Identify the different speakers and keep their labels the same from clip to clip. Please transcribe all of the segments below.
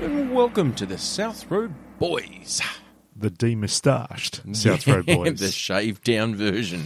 Speaker 1: Welcome to the South Road Boys.
Speaker 2: The demustached South Road boys.
Speaker 1: the shaved down version.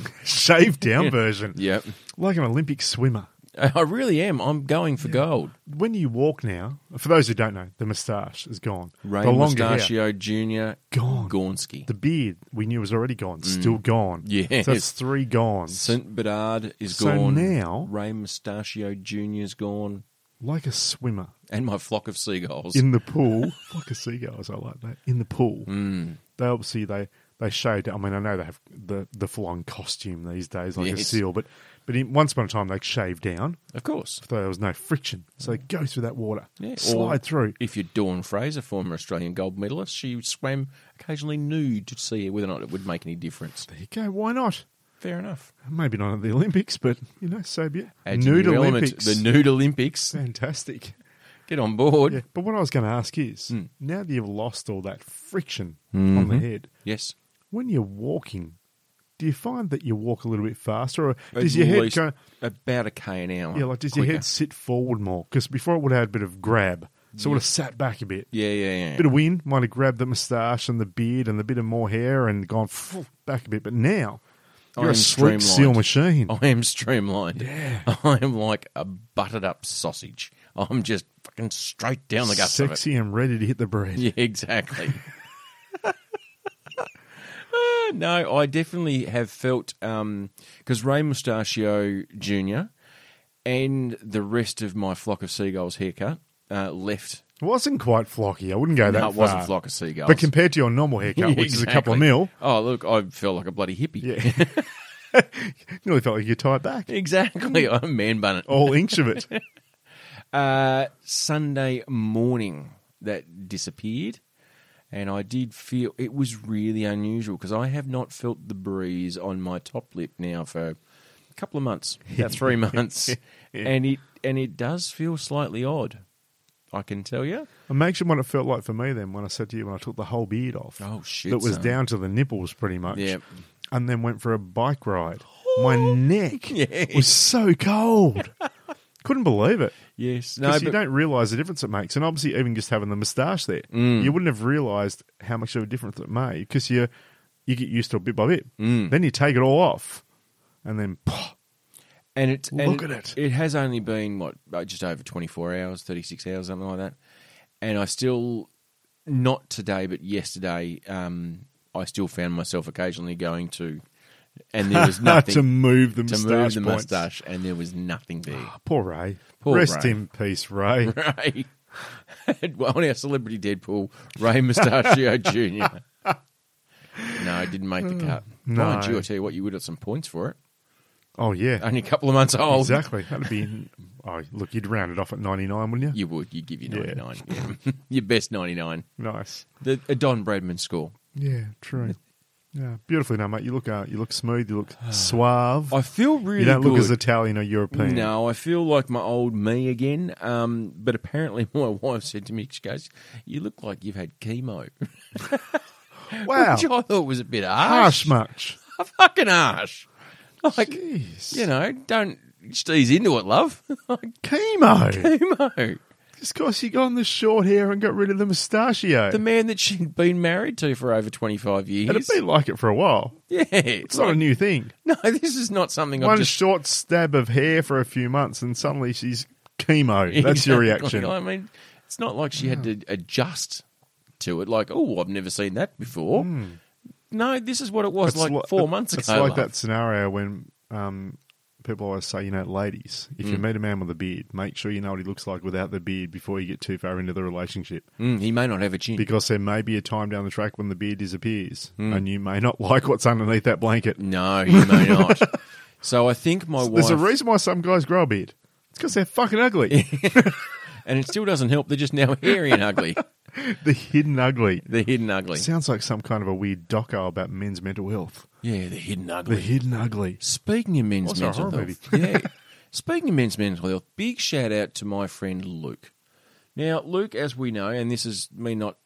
Speaker 2: shaved down version.
Speaker 1: Yep.
Speaker 2: Like an Olympic swimmer.
Speaker 1: I really am. I'm going for gold.
Speaker 2: When you walk now, for those who don't know, the moustache is gone.
Speaker 1: Ray
Speaker 2: the longer hair,
Speaker 1: Mustachio Jr.
Speaker 2: Gone.
Speaker 1: Gonski.
Speaker 2: the beard we knew was already gone, still gone.
Speaker 1: Mm. Yes.
Speaker 2: So that's three gone.
Speaker 1: St. Bernard is
Speaker 2: So
Speaker 1: gone.
Speaker 2: now-
Speaker 1: Ray Mustachio Jr. is gone.
Speaker 2: like a swimmer
Speaker 1: And my flock of seagulls.
Speaker 2: in the pool, like a seagull. I like that. In the pool,
Speaker 1: Mm.
Speaker 2: they obviously they they showed. I mean, I know they have the the full on costume these days, like a
Speaker 1: Yes.
Speaker 2: seal. But but in, once upon a time, they shaved down,
Speaker 1: of course.
Speaker 2: so there was no friction. So they go through that water,
Speaker 1: Yeah, or-
Speaker 2: slide through.
Speaker 1: If you're Dawn Fraser, former Australian gold medalist, she swam occasionally nude to see whether or not it would make any difference.
Speaker 2: There you go. Why not?
Speaker 1: Fair enough.
Speaker 2: Maybe not at the Olympics, but you know, so be it.
Speaker 1: Add your
Speaker 2: Nude
Speaker 1: new element,
Speaker 2: Olympics,
Speaker 1: The nude Olympics.
Speaker 2: fantastic.
Speaker 1: Get on board.
Speaker 2: Yeah, but what I was going to ask is,
Speaker 1: Hmm.
Speaker 2: now that you've lost all that friction on
Speaker 1: Mm-hmm.
Speaker 2: the head,
Speaker 1: Yes.
Speaker 2: when you're walking, do you find that you walk a little bit faster, or
Speaker 1: At
Speaker 2: does your head
Speaker 1: least
Speaker 2: go?
Speaker 1: about a k an hour?
Speaker 2: Yeah, like does your
Speaker 1: quicker.
Speaker 2: head sit forward more? Because before it would have had a bit of grab, so it would have sat back a bit.
Speaker 1: Yeah, yeah, yeah.
Speaker 2: Bit of wind might have grabbed the moustache and the beard and the bit of more hair and gone phew, back a bit. But now
Speaker 1: I
Speaker 2: you're a
Speaker 1: am
Speaker 2: sleek seal
Speaker 1: Oh, streamlined. Oh,
Speaker 2: machine.
Speaker 1: I am streamlined. Yeah. I am like a buttered up sausage. I'm just fucking straight down the guts
Speaker 2: Sexy and ready to hit the bread.
Speaker 1: of it. Yeah, exactly. Uh, no, I definitely have felt um, because Ray Mustachio Jr. and the rest of my flock of seagulls haircut uh, left.
Speaker 2: It wasn't quite flocky. I wouldn't go Oh, that
Speaker 1: no, it wasn't
Speaker 2: far.
Speaker 1: flock of seagulls.
Speaker 2: But compared to your normal haircut,
Speaker 1: Yeah,
Speaker 2: which is a couple
Speaker 1: exactly.
Speaker 2: of mil,
Speaker 1: Oh, look, I felt like a bloody hippie.
Speaker 2: yeah, nearly felt like you tied back.
Speaker 1: Exactly. I'm a man bun it.
Speaker 2: All inch of it.
Speaker 1: Uh, Sunday morning that disappeared. And I did feel it was really unusual because I have not felt the breeze on my top lip now for a couple of months, about three months, and it and it does feel slightly odd. I can tell you.
Speaker 2: Imagine what it felt like for me then when I said to you when I took the whole beard off.
Speaker 1: Oh, shit,
Speaker 2: That was
Speaker 1: son.
Speaker 2: down to the nipples pretty much.
Speaker 1: Yep.
Speaker 2: And then went for a bike ride. My neck
Speaker 1: Yes.
Speaker 2: was so cold. Couldn't believe it.
Speaker 1: Yes, no,
Speaker 2: Because
Speaker 1: but
Speaker 2: you don't realise the difference it makes. And obviously, even just having the moustache there,
Speaker 1: Mm.
Speaker 2: you wouldn't have realised how much of a difference it made because you, you get used to it bit by bit.
Speaker 1: Mm.
Speaker 2: Then you take it all off and then pah,
Speaker 1: and it's and
Speaker 2: Look at it.
Speaker 1: It has only been what uh, just over twenty four hours, thirty six hours, something like that. And I still, not today, but yesterday, um, I still found myself occasionally going to, and there was
Speaker 2: not
Speaker 1: nothing
Speaker 2: to move the
Speaker 1: to
Speaker 2: moustache.
Speaker 1: move the
Speaker 2: points. Oh.
Speaker 1: mustache, and there was nothing there.
Speaker 2: Poor Ray.
Speaker 1: Poor
Speaker 2: Rest
Speaker 1: Ray.
Speaker 2: in peace, Ray.
Speaker 1: Right. On our celebrity Deadpool, Ray Mustachio Jr. No, it didn't make the cut.
Speaker 2: Mm, No.
Speaker 1: Mind you, I tell you what, you would have some points for it.
Speaker 2: Oh, yeah.
Speaker 1: Only a couple of months old.
Speaker 2: Exactly. That'd be. Oh, look, you'd round it off at 99, wouldn't you?
Speaker 1: You would. You'd give your
Speaker 2: Yeah.
Speaker 1: 99. Yeah. your best 99.
Speaker 2: Nice.
Speaker 1: The, a Don Bradman score.
Speaker 2: Yeah, true. Yeah, beautifully done, mate. You look, uh, you look smooth. You look suave.
Speaker 1: I feel really
Speaker 2: you don't
Speaker 1: good.
Speaker 2: look as Italian or European.
Speaker 1: no, I feel like my old me again. Um, but apparently, my wife said to me, she goes, "You look like you've had chemo,"
Speaker 2: Wow.
Speaker 1: which I thought was a bit harsh.
Speaker 2: Harsh much.
Speaker 1: Fucking harsh. Like
Speaker 2: Jeez.
Speaker 1: you know, don't steeze into it, love. Like,
Speaker 2: Chemo.
Speaker 1: chemo.
Speaker 2: Just because you got on the short hair and got rid of the mustachio.
Speaker 1: The man that she'd been married to for over twenty five years.
Speaker 2: It'd been like it for a while.
Speaker 1: yeah,
Speaker 2: It's not a new thing.
Speaker 1: no, this is not something
Speaker 2: One
Speaker 1: I've just
Speaker 2: short stab of hair for a few months, and suddenly she's chemo. That's your
Speaker 1: Exactly.
Speaker 2: reaction. Mm.
Speaker 1: I mean, it's not like she had to adjust to it. Like, oh, I've never seen that before. No, this is what it was
Speaker 2: Mm. It's
Speaker 1: like
Speaker 2: li-
Speaker 1: four months ago.
Speaker 2: It's like
Speaker 1: love.
Speaker 2: that scenario when um, people always say, you know, ladies, if
Speaker 1: Mm.
Speaker 2: you meet a man with a beard, make sure you know what he looks like without the beard before you get too far into the relationship,
Speaker 1: Mm, he may not have a chin.
Speaker 2: because there may be a time down the track when the beard disappears,
Speaker 1: Mm.
Speaker 2: and you may not like what's underneath that blanket.
Speaker 1: no, he may not. So I think my wife,
Speaker 2: There's a reason why some guys grow a beard. It's because they're fucking ugly.
Speaker 1: and it still doesn't help. They're just now hairy and ugly.
Speaker 2: the hidden ugly.
Speaker 1: They're hidden ugly.
Speaker 2: Sounds like some kind of a weird doco about men's mental health.
Speaker 1: Yeah, they're hidden
Speaker 2: The
Speaker 1: ugly.
Speaker 2: hidden ugly.
Speaker 1: Speaking of men's
Speaker 2: Also a
Speaker 1: mental
Speaker 2: horror
Speaker 1: health, yeah. Speaking of men's mental health, big shout out to my friend Luke. Now, Luke, as we know, and this is me not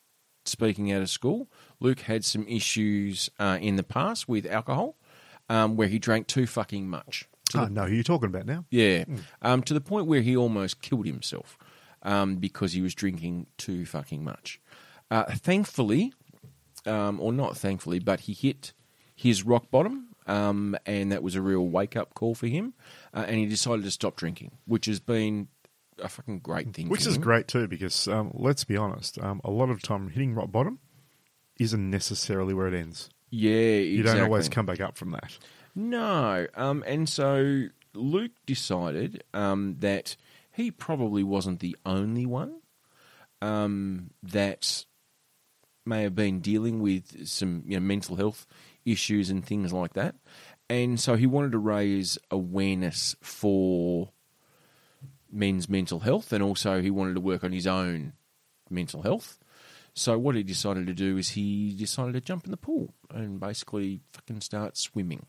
Speaker 1: speaking out of school, Luke had some issues uh, in the past with alcohol, um, where he drank too fucking much.
Speaker 2: Ah, Oh, no, who are you talking about now?
Speaker 1: Yeah, um, to the point where he almost killed himself. um, because he was drinking too fucking much. Uh, thankfully, um, or not thankfully, but he hit his rock bottom, um, and that was a real wake up call for him. Uh, and he decided to stop drinking, which has been a fucking great thing.
Speaker 2: Which
Speaker 1: for
Speaker 2: is
Speaker 1: him.
Speaker 2: great too, because um, let's be honest, um, a lot of time hitting rock bottom isn't necessarily where it ends.
Speaker 1: Yeah,
Speaker 2: You don't always
Speaker 1: exactly.
Speaker 2: come back up from that.
Speaker 1: No. Um, and so Luke decided um, that he probably wasn't the only one um, that may have been dealing with some you know, mental health issues and things like that. And so he wanted to raise awareness for men's mental health, and also he wanted to work on his own mental health. So what he decided to do is he decided to jump in the pool and basically fucking start swimming.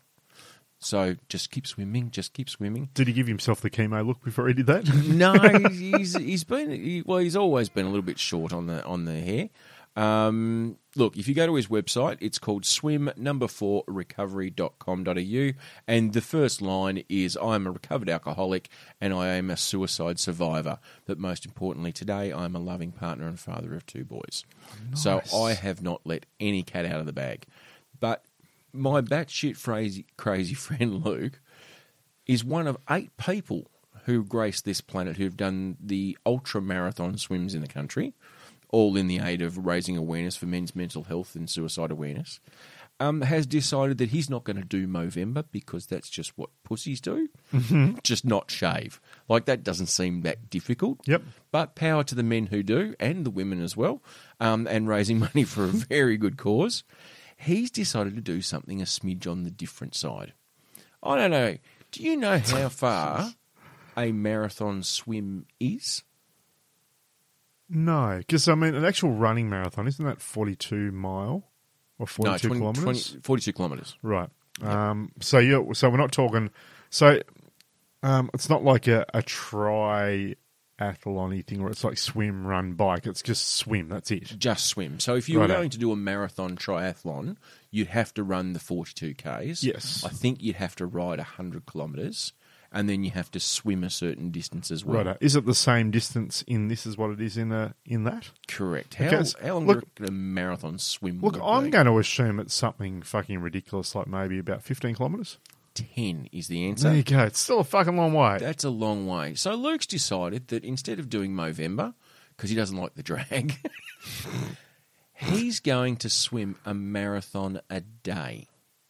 Speaker 1: So just keep swimming, just keep swimming.
Speaker 2: Did he give himself the chemo look before he did that?
Speaker 1: No, he's he's been he, well. He's always been a little bit short on the on the hair. Um, look, if you go to his website, it's called swim number four recovery.com.au. And the first line is I am a recovered alcoholic and I am a suicide survivor. But most importantly, today I am a loving partner and father of two boys.
Speaker 2: Nice.
Speaker 1: So I have not let any cat out of the bag. But my batshit crazy, crazy friend Luke is one of eight people who grace this planet who've done the ultra marathon swims in the country, all in the aid of raising awareness for men's mental health and suicide awareness, um, has decided that he's not going to do Movember because that's just what pussies do. Just not shave. Like, that doesn't seem that difficult.
Speaker 2: Yep.
Speaker 1: But power to the men who do and the women as well, um, and raising money for a very good cause. He's decided to do something a smidge on the different side. I don't know. Do you know how far a marathon swim is?
Speaker 2: no, because I mean, an actual running marathon isn't that forty-two mile or forty-two
Speaker 1: 20
Speaker 2: kilometers?
Speaker 1: 20 42 kilometres.
Speaker 2: Right. Um, so you so we're not talking. So um, it's not like a, a triathlon thing where it's like swim, run, bike. It's just swim. That's it.
Speaker 1: Just swim. So if you were
Speaker 2: Righto.
Speaker 1: going to do a marathon triathlon, you'd have to run the 42 Ks.
Speaker 2: Yes.
Speaker 1: I think you'd have to ride 100 kilometres and then you have to swim a certain distance as well.
Speaker 2: Right. Is it the same distance in this as what it is in a in that?
Speaker 1: Correct. How,
Speaker 2: Okay, so-
Speaker 1: how long
Speaker 2: look-
Speaker 1: could a marathon swim
Speaker 2: Look,
Speaker 1: would
Speaker 2: I'm
Speaker 1: be?
Speaker 2: going to assume it's something fucking ridiculous, like maybe about 15 kilometers.
Speaker 1: 10 is the
Speaker 2: there
Speaker 1: answer.
Speaker 2: you go. It's still a fucking long way.
Speaker 1: That's a long way. So Luke's decided that instead of doing Movember, because he doesn't like the drag, he's going to swim a marathon a day.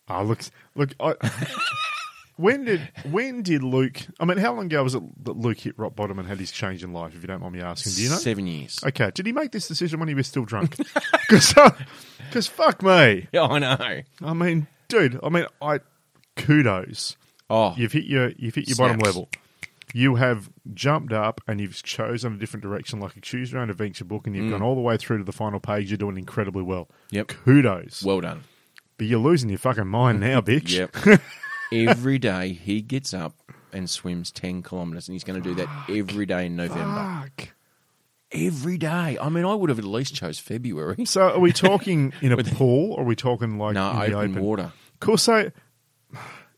Speaker 2: Ah, look, look. I, when did when did Luke? I mean, how long ago was it that Luke hit rock bottom and had his change in life? If you don't mind me asking, do you know?
Speaker 1: Seven years.
Speaker 2: Okay, did he make this decision when he was still drunk? Because fuck me.
Speaker 1: Yeah, I know.
Speaker 2: I mean, dude. I mean, I kudos.
Speaker 1: Oh,
Speaker 2: You've hit your you've hit your bottom
Speaker 1: Snaps.
Speaker 2: level. You have jumped up and you've chosen a different direction, like a choose your own adventure book, and you've gone all the way through to the final page. You're doing incredibly well.
Speaker 1: Mm. Yep.
Speaker 2: Kudos.
Speaker 1: well done.
Speaker 2: but you're losing your fucking mind now, bitch.
Speaker 1: Yep. every day he gets up and swims 10 kilometres, and he's going to do that every day in November.
Speaker 2: Fuck.
Speaker 1: Every day. I mean, I would have at least chose February.
Speaker 2: So are we talking in a pool or are we talking like
Speaker 1: No,
Speaker 2: in the
Speaker 1: open,
Speaker 2: open?
Speaker 1: water.
Speaker 2: Cool. So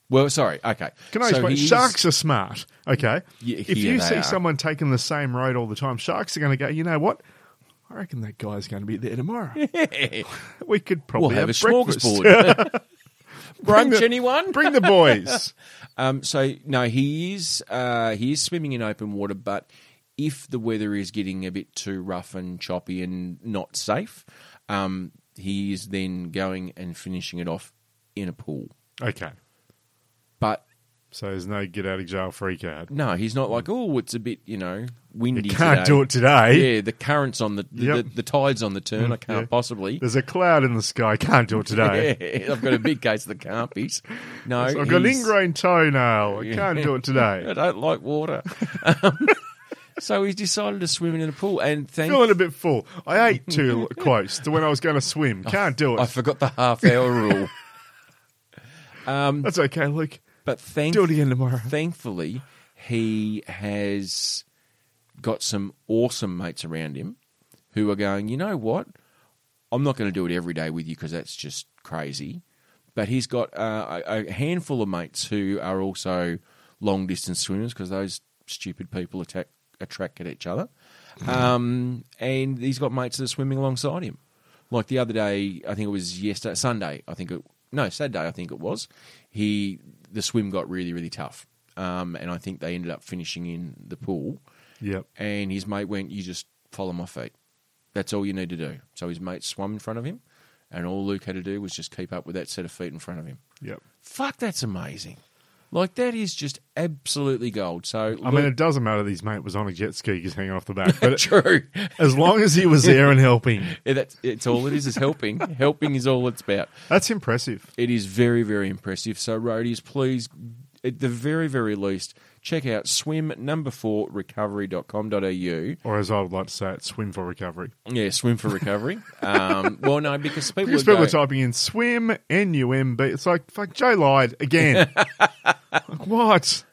Speaker 1: Well, sorry. Okay.
Speaker 2: can I
Speaker 1: So
Speaker 2: explain?
Speaker 1: he's-
Speaker 2: Sharks are smart. Okay.
Speaker 1: Yeah,
Speaker 2: if
Speaker 1: yeah,
Speaker 2: you
Speaker 1: they
Speaker 2: see
Speaker 1: are.
Speaker 2: someone taking the same road all the time, sharks are going to go. You know what? I reckon that guy's going to be there tomorrow. we could probably
Speaker 1: We'll have a
Speaker 2: breakfast.
Speaker 1: smorgasbord.
Speaker 2: Bring
Speaker 1: Brunch,
Speaker 2: the-
Speaker 1: anyone?
Speaker 2: Bring the boys.
Speaker 1: Um, so no, he is uh, he is swimming in open water, but if the weather is getting a bit too rough and choppy and not safe, um, he is then going and finishing it off in a pool.
Speaker 2: okay.
Speaker 1: But
Speaker 2: So there's no get out of jail free card.
Speaker 1: no, he's not like oh, it's a bit you know
Speaker 2: You
Speaker 1: windy.
Speaker 2: can't
Speaker 1: today.
Speaker 2: do it today.
Speaker 1: Yeah, the currents on the the,
Speaker 2: Yep. Mm,
Speaker 1: the, tides on the turn. I can't
Speaker 2: yeah.
Speaker 1: possibly.
Speaker 2: There's a cloud in the sky. Can't do it today.
Speaker 1: Yeah, I've got a big case of the carpies. No,
Speaker 2: So I've got an
Speaker 1: he's-
Speaker 2: ingrown toenail. I can't do it
Speaker 1: I
Speaker 2: today.
Speaker 1: don't like water. Um, so he's decided to swim in a pool, and thank
Speaker 2: Feeling a bit full. I ate too close to when I was going to swim.
Speaker 1: Oh,
Speaker 2: Can't do
Speaker 1: I
Speaker 2: it.
Speaker 1: forgot the half hour rule. um,
Speaker 2: That's okay, Luke.
Speaker 1: But thank-
Speaker 2: Do it again tomorrow.
Speaker 1: thankfully, he has got some awesome mates around him who are going, you know what? I'm not going to do it every day with you because that's just crazy. But he's got uh, a a handful of mates who are also long distance swimmers because those stupid people attack, a track at each other. Um, and he's got mates that are swimming alongside him. Like the other day, I think it was yesterday, Sunday. I think it no Saturday. I think it was. He the swim got really really tough, um, and I think they ended up finishing in the pool.
Speaker 2: Yep.
Speaker 1: And his mate went, "You just follow my feet. That's all you need to do." So his mate swam in front of him, and all Luke had to do was just keep up with that set of feet in front of him.
Speaker 2: Yep.
Speaker 1: Fuck, that's amazing. Like that is just absolutely gold. So
Speaker 2: I mean, it doesn't matter that his mate was on a jet ski, he's hanging off the back, but
Speaker 1: true.
Speaker 2: as long as he was there and helping,
Speaker 1: Yeah, that's it's all it is is helping. helping is all it's about.
Speaker 2: that's impressive.
Speaker 1: It is very, very impressive. So, roadies, please, at the very, very least, check out swim number four recovery.com.au.
Speaker 2: Or as I would like to say it, swim for recovery.
Speaker 1: Yeah, swim for recovery. um, well, no, because people,
Speaker 2: Because
Speaker 1: would
Speaker 2: people are
Speaker 1: go-
Speaker 2: typing in swim, N-U-M-B. It's like, fuck, Jay lied again. like, what?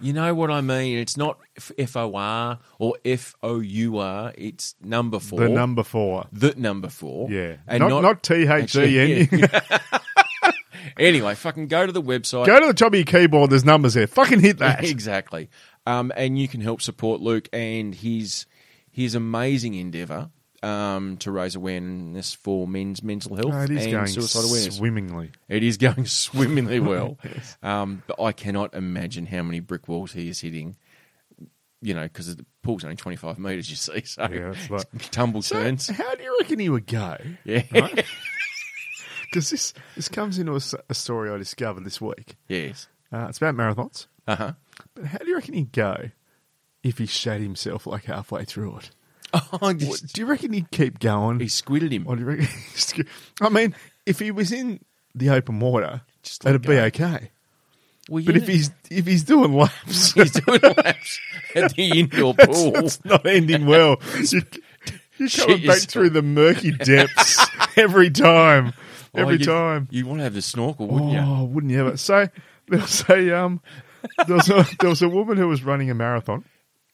Speaker 1: you know what I mean. It's not F O R or F O U R. It's number four.
Speaker 2: The number four.
Speaker 1: The number four.
Speaker 2: Yeah.
Speaker 1: And
Speaker 2: not, not E T-H-E-N.
Speaker 1: actually, yeah. anyway, fucking go to the website.
Speaker 2: Go to the top of your keyboard, there's numbers there. Fucking hit that.
Speaker 1: exactly. Um, and you can help support Luke and his his amazing endeavour um, to raise awareness for men's mental health
Speaker 2: No, it is
Speaker 1: and
Speaker 2: going
Speaker 1: suicide awareness.
Speaker 2: swimmingly.
Speaker 1: it is going swimmingly well, um, but I cannot imagine how many brick walls he is hitting. You know, because the pool's only twenty five meters. You see, so
Speaker 2: Yeah, that's like-
Speaker 1: tumble turns.
Speaker 2: How do you reckon he would go?
Speaker 1: Yeah,
Speaker 2: Because this, this comes into a, s- a story I discovered this week.
Speaker 1: yes.
Speaker 2: Uh, it's about marathons.
Speaker 1: Uh huh.
Speaker 2: But how do you reckon he'd go if he shat himself like halfway through it?
Speaker 1: Oh, I
Speaker 2: What,
Speaker 1: just-
Speaker 2: do you reckon he'd keep going?
Speaker 1: he squitted him.
Speaker 2: Or do you reckon, I mean, if he was in the open water,
Speaker 1: Just let
Speaker 2: it'd be
Speaker 1: go.
Speaker 2: okay.
Speaker 1: Well,
Speaker 2: But
Speaker 1: yeah,
Speaker 2: if he's if he's doing laps,
Speaker 1: he's doing laps at the indoor
Speaker 2: it's,
Speaker 1: pool,
Speaker 2: it's not ending well. You, you're
Speaker 1: Shit
Speaker 2: coming back
Speaker 1: yourself.
Speaker 2: through the murky depths every time.
Speaker 1: Oh,
Speaker 2: Every
Speaker 1: you-
Speaker 2: time.
Speaker 1: you want to have the snorkel,
Speaker 2: Oh,
Speaker 1: wouldn't you?
Speaker 2: wouldn't you ever? So there was a um, there was a, there was a woman who was running a marathon.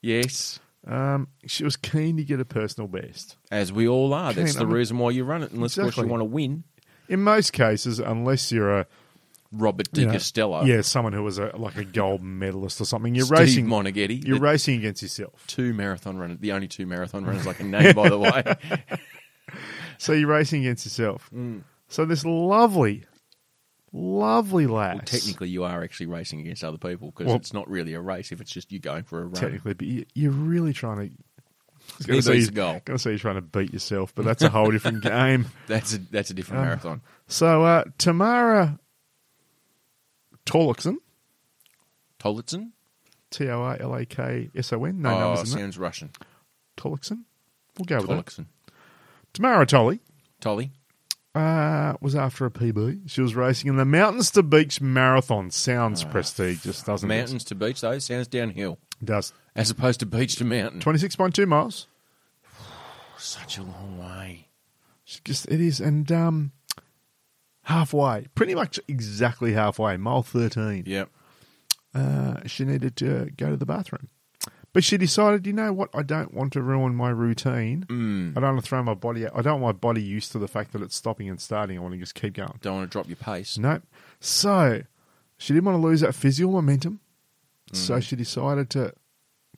Speaker 1: Yes,
Speaker 2: Um, she was keen to get a personal best.
Speaker 1: as we all are. That's
Speaker 2: Keen,
Speaker 1: the
Speaker 2: I'm-
Speaker 1: reason why you run it, unless of course
Speaker 2: Exactly.
Speaker 1: you want to win.
Speaker 2: In most cases, unless you're a
Speaker 1: Robert
Speaker 2: you
Speaker 1: Di
Speaker 2: know,
Speaker 1: Costello,
Speaker 2: yeah, someone who was a, like a gold medalist or something, you're
Speaker 1: Steve
Speaker 2: racing,
Speaker 1: Monaghetti,
Speaker 2: you're
Speaker 1: the
Speaker 2: racing against yourself.
Speaker 1: two marathon runners, the only two marathon runners I can name, by the way.
Speaker 2: So you're racing against yourself.
Speaker 1: Mm.
Speaker 2: So this lovely, lovely lass.
Speaker 1: Well, technically, you are actually racing against other people because
Speaker 2: Well-
Speaker 1: it's not really a race if it's just you going for a run.
Speaker 2: technically, but you, you're really trying to. I was
Speaker 1: He
Speaker 2: Gonna say,
Speaker 1: beats
Speaker 2: you-
Speaker 1: the goal.
Speaker 2: gonna say you're trying to beat yourself, but that's a whole different game.
Speaker 1: That's a that's a different
Speaker 2: Um,
Speaker 1: marathon.
Speaker 2: So uh, Tamara Torlakson,
Speaker 1: Tolitson.
Speaker 2: T O R L A K S O N, no
Speaker 1: oh,
Speaker 2: numbers in that.
Speaker 1: sounds Russian.
Speaker 2: Torlakson, we'll go with that.
Speaker 1: Tolitson.
Speaker 2: Tamara Tolly
Speaker 1: Tolly.
Speaker 2: uh, was after a PB. She was racing in the Mountains to Beach Marathon. Sounds prestigious, doesn't it?
Speaker 1: Ah, Mountains to beach though sounds downhill
Speaker 2: it? Does
Speaker 1: as opposed to beach to mountain.
Speaker 2: twenty six point two miles.
Speaker 1: Such a long way.
Speaker 2: She just it is, and um, halfway, pretty much exactly halfway, mile thirteen.
Speaker 1: Yep.
Speaker 2: uh, she needed to go to the bathroom. But she decided, you know what? I don't want to ruin my routine.
Speaker 1: Mm.
Speaker 2: I don't want to throw my body out. I don't want my body used to the fact that it's stopping and starting. I want to just keep going.
Speaker 1: Don't want to drop your pace.
Speaker 2: No. So she didn't want to lose that physical momentum. So
Speaker 1: Mm.
Speaker 2: she decided to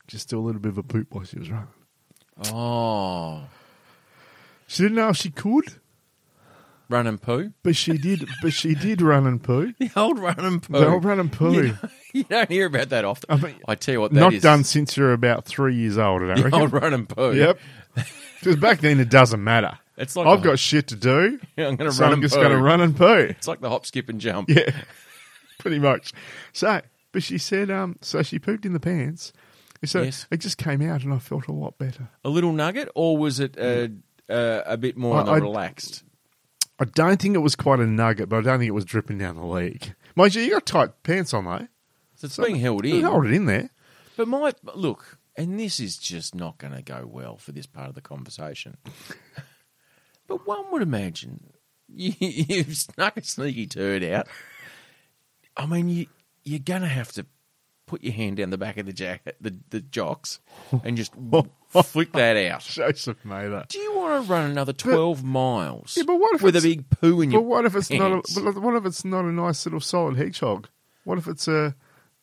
Speaker 2: just do a little bit of a poop while she was running.
Speaker 1: Oh.
Speaker 2: She didn't know if she could,
Speaker 1: Run and poo?
Speaker 2: but she did. but she did run and poo.
Speaker 1: The old run and poo.
Speaker 2: They'll run and poo.
Speaker 1: You, don't- you don't hear about that often. I,
Speaker 2: I mean,
Speaker 1: tell you what, that
Speaker 2: Not
Speaker 1: is-
Speaker 2: done since you're about three years old. I don't
Speaker 1: The
Speaker 2: reckon.
Speaker 1: old run and poo.
Speaker 2: Yep. Because back then it doesn't matter.
Speaker 1: It's like
Speaker 2: I've
Speaker 1: a-
Speaker 2: got shit to do.
Speaker 1: I'm going to
Speaker 2: so
Speaker 1: run
Speaker 2: I'm
Speaker 1: and
Speaker 2: just
Speaker 1: poo.
Speaker 2: going to run and poo.
Speaker 1: It's like the hop, skip, and jump.
Speaker 2: Yeah, pretty much. So, but she said, um, so she pooped in the pants. And So
Speaker 1: Yes.
Speaker 2: it just came out, and I felt a lot better.
Speaker 1: A little nugget, or was it uh, uh, a bit more
Speaker 2: I-
Speaker 1: on the
Speaker 2: I-
Speaker 1: relaxed?
Speaker 2: I don't think it was quite a nugget, but I don't think it was dripping down the leg. Mind you, you got tight pants on though.
Speaker 1: So it's being held
Speaker 2: You
Speaker 1: in.
Speaker 2: can hold it in there.
Speaker 1: But my look, and this is just not going to go well for this part of the conversation. but one would imagine you, you've snuck a sneaky turd out. I mean, you, you're going to have to put your hand down the back of the jacket, the, the jocks, and just flick that out.
Speaker 2: Joseph Mather.
Speaker 1: Do you want to run another twelve miles?
Speaker 2: Yeah, but what if
Speaker 1: with a
Speaker 2: it's-
Speaker 1: big poo in your?
Speaker 2: But what if it's not? A,
Speaker 1: pants?
Speaker 2: but what if it's not a nice little solid hedgehog? What if it's a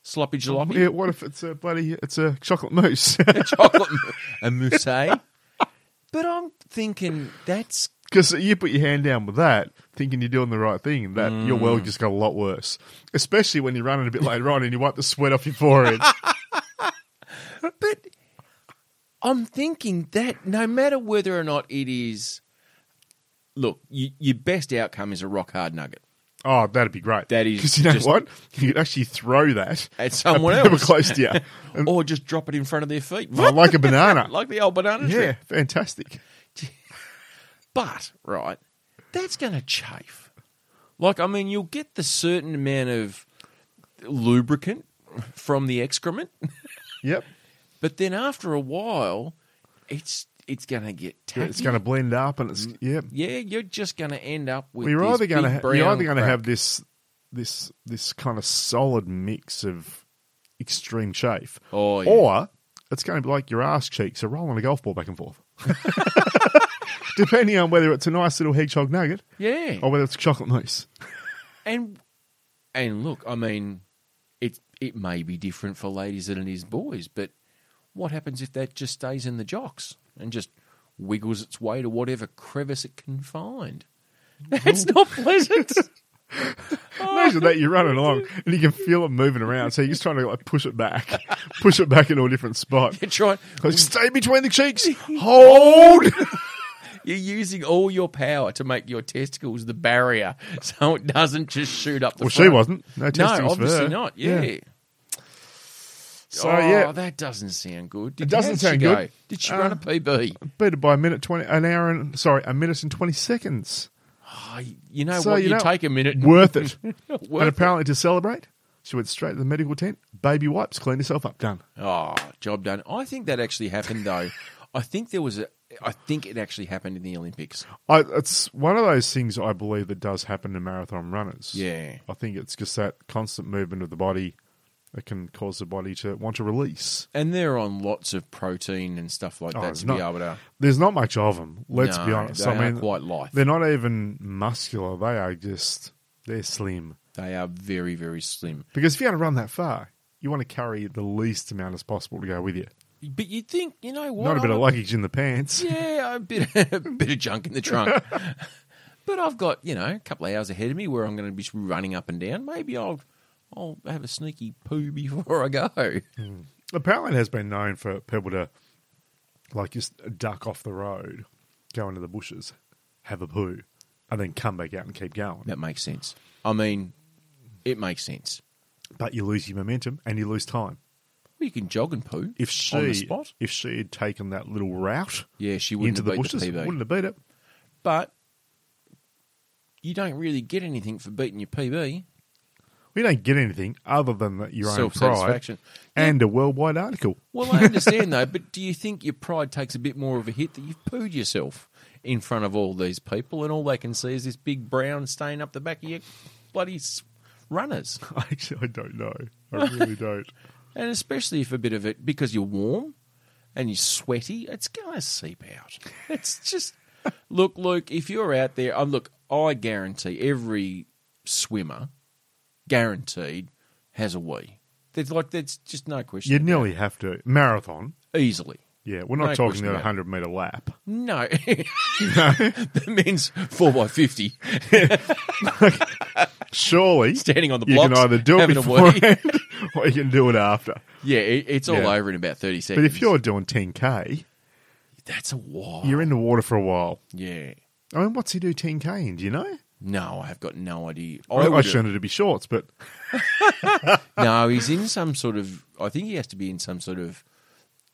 Speaker 1: Sloppy jalopy.
Speaker 2: Yeah, what if it's a bloody it's a chocolate mousse?
Speaker 1: chocolate mo- a mousse. but I'm thinking that's
Speaker 2: Because you put your hand down with that, thinking you're doing the right thing, that your
Speaker 1: Mm.
Speaker 2: world just got a lot worse. Especially when you're running a bit later on and you wipe the sweat off your forehead.
Speaker 1: but I'm thinking that no matter whether or not it is look, you, your best outcome is a rock hard nugget.
Speaker 2: oh, that'd be great.
Speaker 1: That is
Speaker 2: because you know
Speaker 1: just-
Speaker 2: what? You could actually throw that
Speaker 1: At someone
Speaker 2: people
Speaker 1: else.
Speaker 2: close to you, And-
Speaker 1: Or just drop it in front of their feet.
Speaker 2: oh, like a banana.
Speaker 1: Like the old banana tree.
Speaker 2: yeah, fantastic.
Speaker 1: But, right, that's going to chafe. Like, I mean, you'll get the certain amount of lubricant from the excrement,
Speaker 2: Yep,
Speaker 1: but then after a while, it's it's going to get tacky.
Speaker 2: Yeah, it's going to blend up, and it's yeah.
Speaker 1: Yeah, you're just going to end up with.
Speaker 2: Well, you're either
Speaker 1: going to
Speaker 2: you're either going to have this this this kind of solid mix of extreme chafe,
Speaker 1: Oh, yeah.
Speaker 2: or it's going to be like your ass cheeks are rolling a golf ball back and forth. Depending on whether it's a nice little hedgehog nugget
Speaker 1: yeah,
Speaker 2: or whether it's chocolate mousse.
Speaker 1: and and look, I mean, it it may be different for ladies than it is boys, but what happens if that just stays in the jocks and just wiggles its way to whatever crevice it can find? That's not pleasant. Oh.
Speaker 2: Imagine that you're running along and you can feel it moving around, so you're just trying to like push it back, push it back into a different spot.
Speaker 1: You're trying.
Speaker 2: Like, Stay between the cheeks. Hold.
Speaker 1: You're using all your power to make your testicles the barrier, so it doesn't just shoot up. the
Speaker 2: Well, she
Speaker 1: front.
Speaker 2: wasn't. No testicles for
Speaker 1: No, obviously
Speaker 2: her.
Speaker 1: not. Yeah.
Speaker 2: So,
Speaker 1: oh,
Speaker 2: yeah.
Speaker 1: that doesn't sound good. Did,
Speaker 2: doesn't
Speaker 1: how'd she
Speaker 2: sound
Speaker 1: go?
Speaker 2: good. Uh,
Speaker 1: Did she run a PB?
Speaker 2: beat it by a minute twenty, an hour and sorry, a minute and twenty seconds.
Speaker 1: Oh, you know
Speaker 2: So,
Speaker 1: what?
Speaker 2: you
Speaker 1: You,
Speaker 2: know-
Speaker 1: take a minute. And,
Speaker 2: Worth it.
Speaker 1: Worth
Speaker 2: and apparently, to celebrate, she went straight to the medical tent. Baby wipes, cleaned herself up, done.
Speaker 1: oh, job done. I think that actually happened though. I think there was a. I think it actually happened in the Olympics.
Speaker 2: I, it's one of those things I believe that does happen to marathon runners.
Speaker 1: Yeah.
Speaker 2: I think it's just that constant movement of the body that can cause the body to want to release.
Speaker 1: And they're on lots of protein and stuff like
Speaker 2: Oh,
Speaker 1: that
Speaker 2: it's
Speaker 1: to be
Speaker 2: not-
Speaker 1: able to.
Speaker 2: There's not much of them. Let's
Speaker 1: No,
Speaker 2: be honest.
Speaker 1: They
Speaker 2: I
Speaker 1: are
Speaker 2: mean,
Speaker 1: quite light.
Speaker 2: they're not even muscular. They are just they're slim.
Speaker 1: They are very, very slim.
Speaker 2: Because if you're going to run that far, you want to carry the least amount as possible to go with you.
Speaker 1: But you'd think, you know what?
Speaker 2: Not a bit
Speaker 1: I'm
Speaker 2: of luggage in the pants.
Speaker 1: Yeah, a bit, a bit of junk in the trunk. but I've got you know a couple of hours ahead of me where I'm going to be running up and down. Maybe I'll I'll have a sneaky poo before I go.
Speaker 2: Apparently, it Hmm. has been known for people to like just duck off the road, go into the bushes, have a poo, and then come back out and keep going.
Speaker 1: That makes sense. I mean, it makes sense.
Speaker 2: But you lose your momentum and you lose time.
Speaker 1: Well, you can jog and poo
Speaker 2: If she,
Speaker 1: on the spot.
Speaker 2: if she had taken that little route
Speaker 1: Yeah, she wouldn't
Speaker 2: into
Speaker 1: have
Speaker 2: the
Speaker 1: beat
Speaker 2: bushes,
Speaker 1: the PB.
Speaker 2: wouldn't have beat it.
Speaker 1: But you don't really get anything for beating your PB.
Speaker 2: We don't get anything other than that your own
Speaker 1: Self
Speaker 2: pride
Speaker 1: satisfaction.
Speaker 2: and a worldwide article.
Speaker 1: Well, I understand though, but do you think your pride takes a bit more of a hit that you've pooed yourself in front of all these people, and all they can see is this big brown stain up the back of your bloody s- runners?
Speaker 2: Actually, I don't know. I really don't.
Speaker 1: And especially if a bit of it, because you're warm and you're sweaty, it's going to seep out. It's just look, Luke. If you're out there, um, look, I guarantee every swimmer, guaranteed, has a wee. There's like that's just no question.
Speaker 2: You'd nearly have to marathon.
Speaker 1: Easily.
Speaker 2: Yeah, we're not
Speaker 1: No
Speaker 2: talking
Speaker 1: question
Speaker 2: about a
Speaker 1: about it.
Speaker 2: hundred meter lap.
Speaker 1: No. that means 4 by 50
Speaker 2: Surely,
Speaker 1: standing on the
Speaker 2: you
Speaker 1: blocks.
Speaker 2: can either do it
Speaker 1: having a wee.
Speaker 2: beforehand or you can do it after.
Speaker 1: Yeah, it, it's all
Speaker 2: Yeah.
Speaker 1: over in about 30
Speaker 2: But
Speaker 1: seconds.
Speaker 2: if you're doing 10k,
Speaker 1: That's a while.
Speaker 2: you're in the water for a while.
Speaker 1: Yeah.
Speaker 2: I mean, what's he do 10k in? Do you know?
Speaker 1: No, I have got no idea.
Speaker 2: I, I,
Speaker 1: would've-
Speaker 2: assumed it'd be shorts, but
Speaker 1: No, he's in some sort of. I think he has to be in some sort of.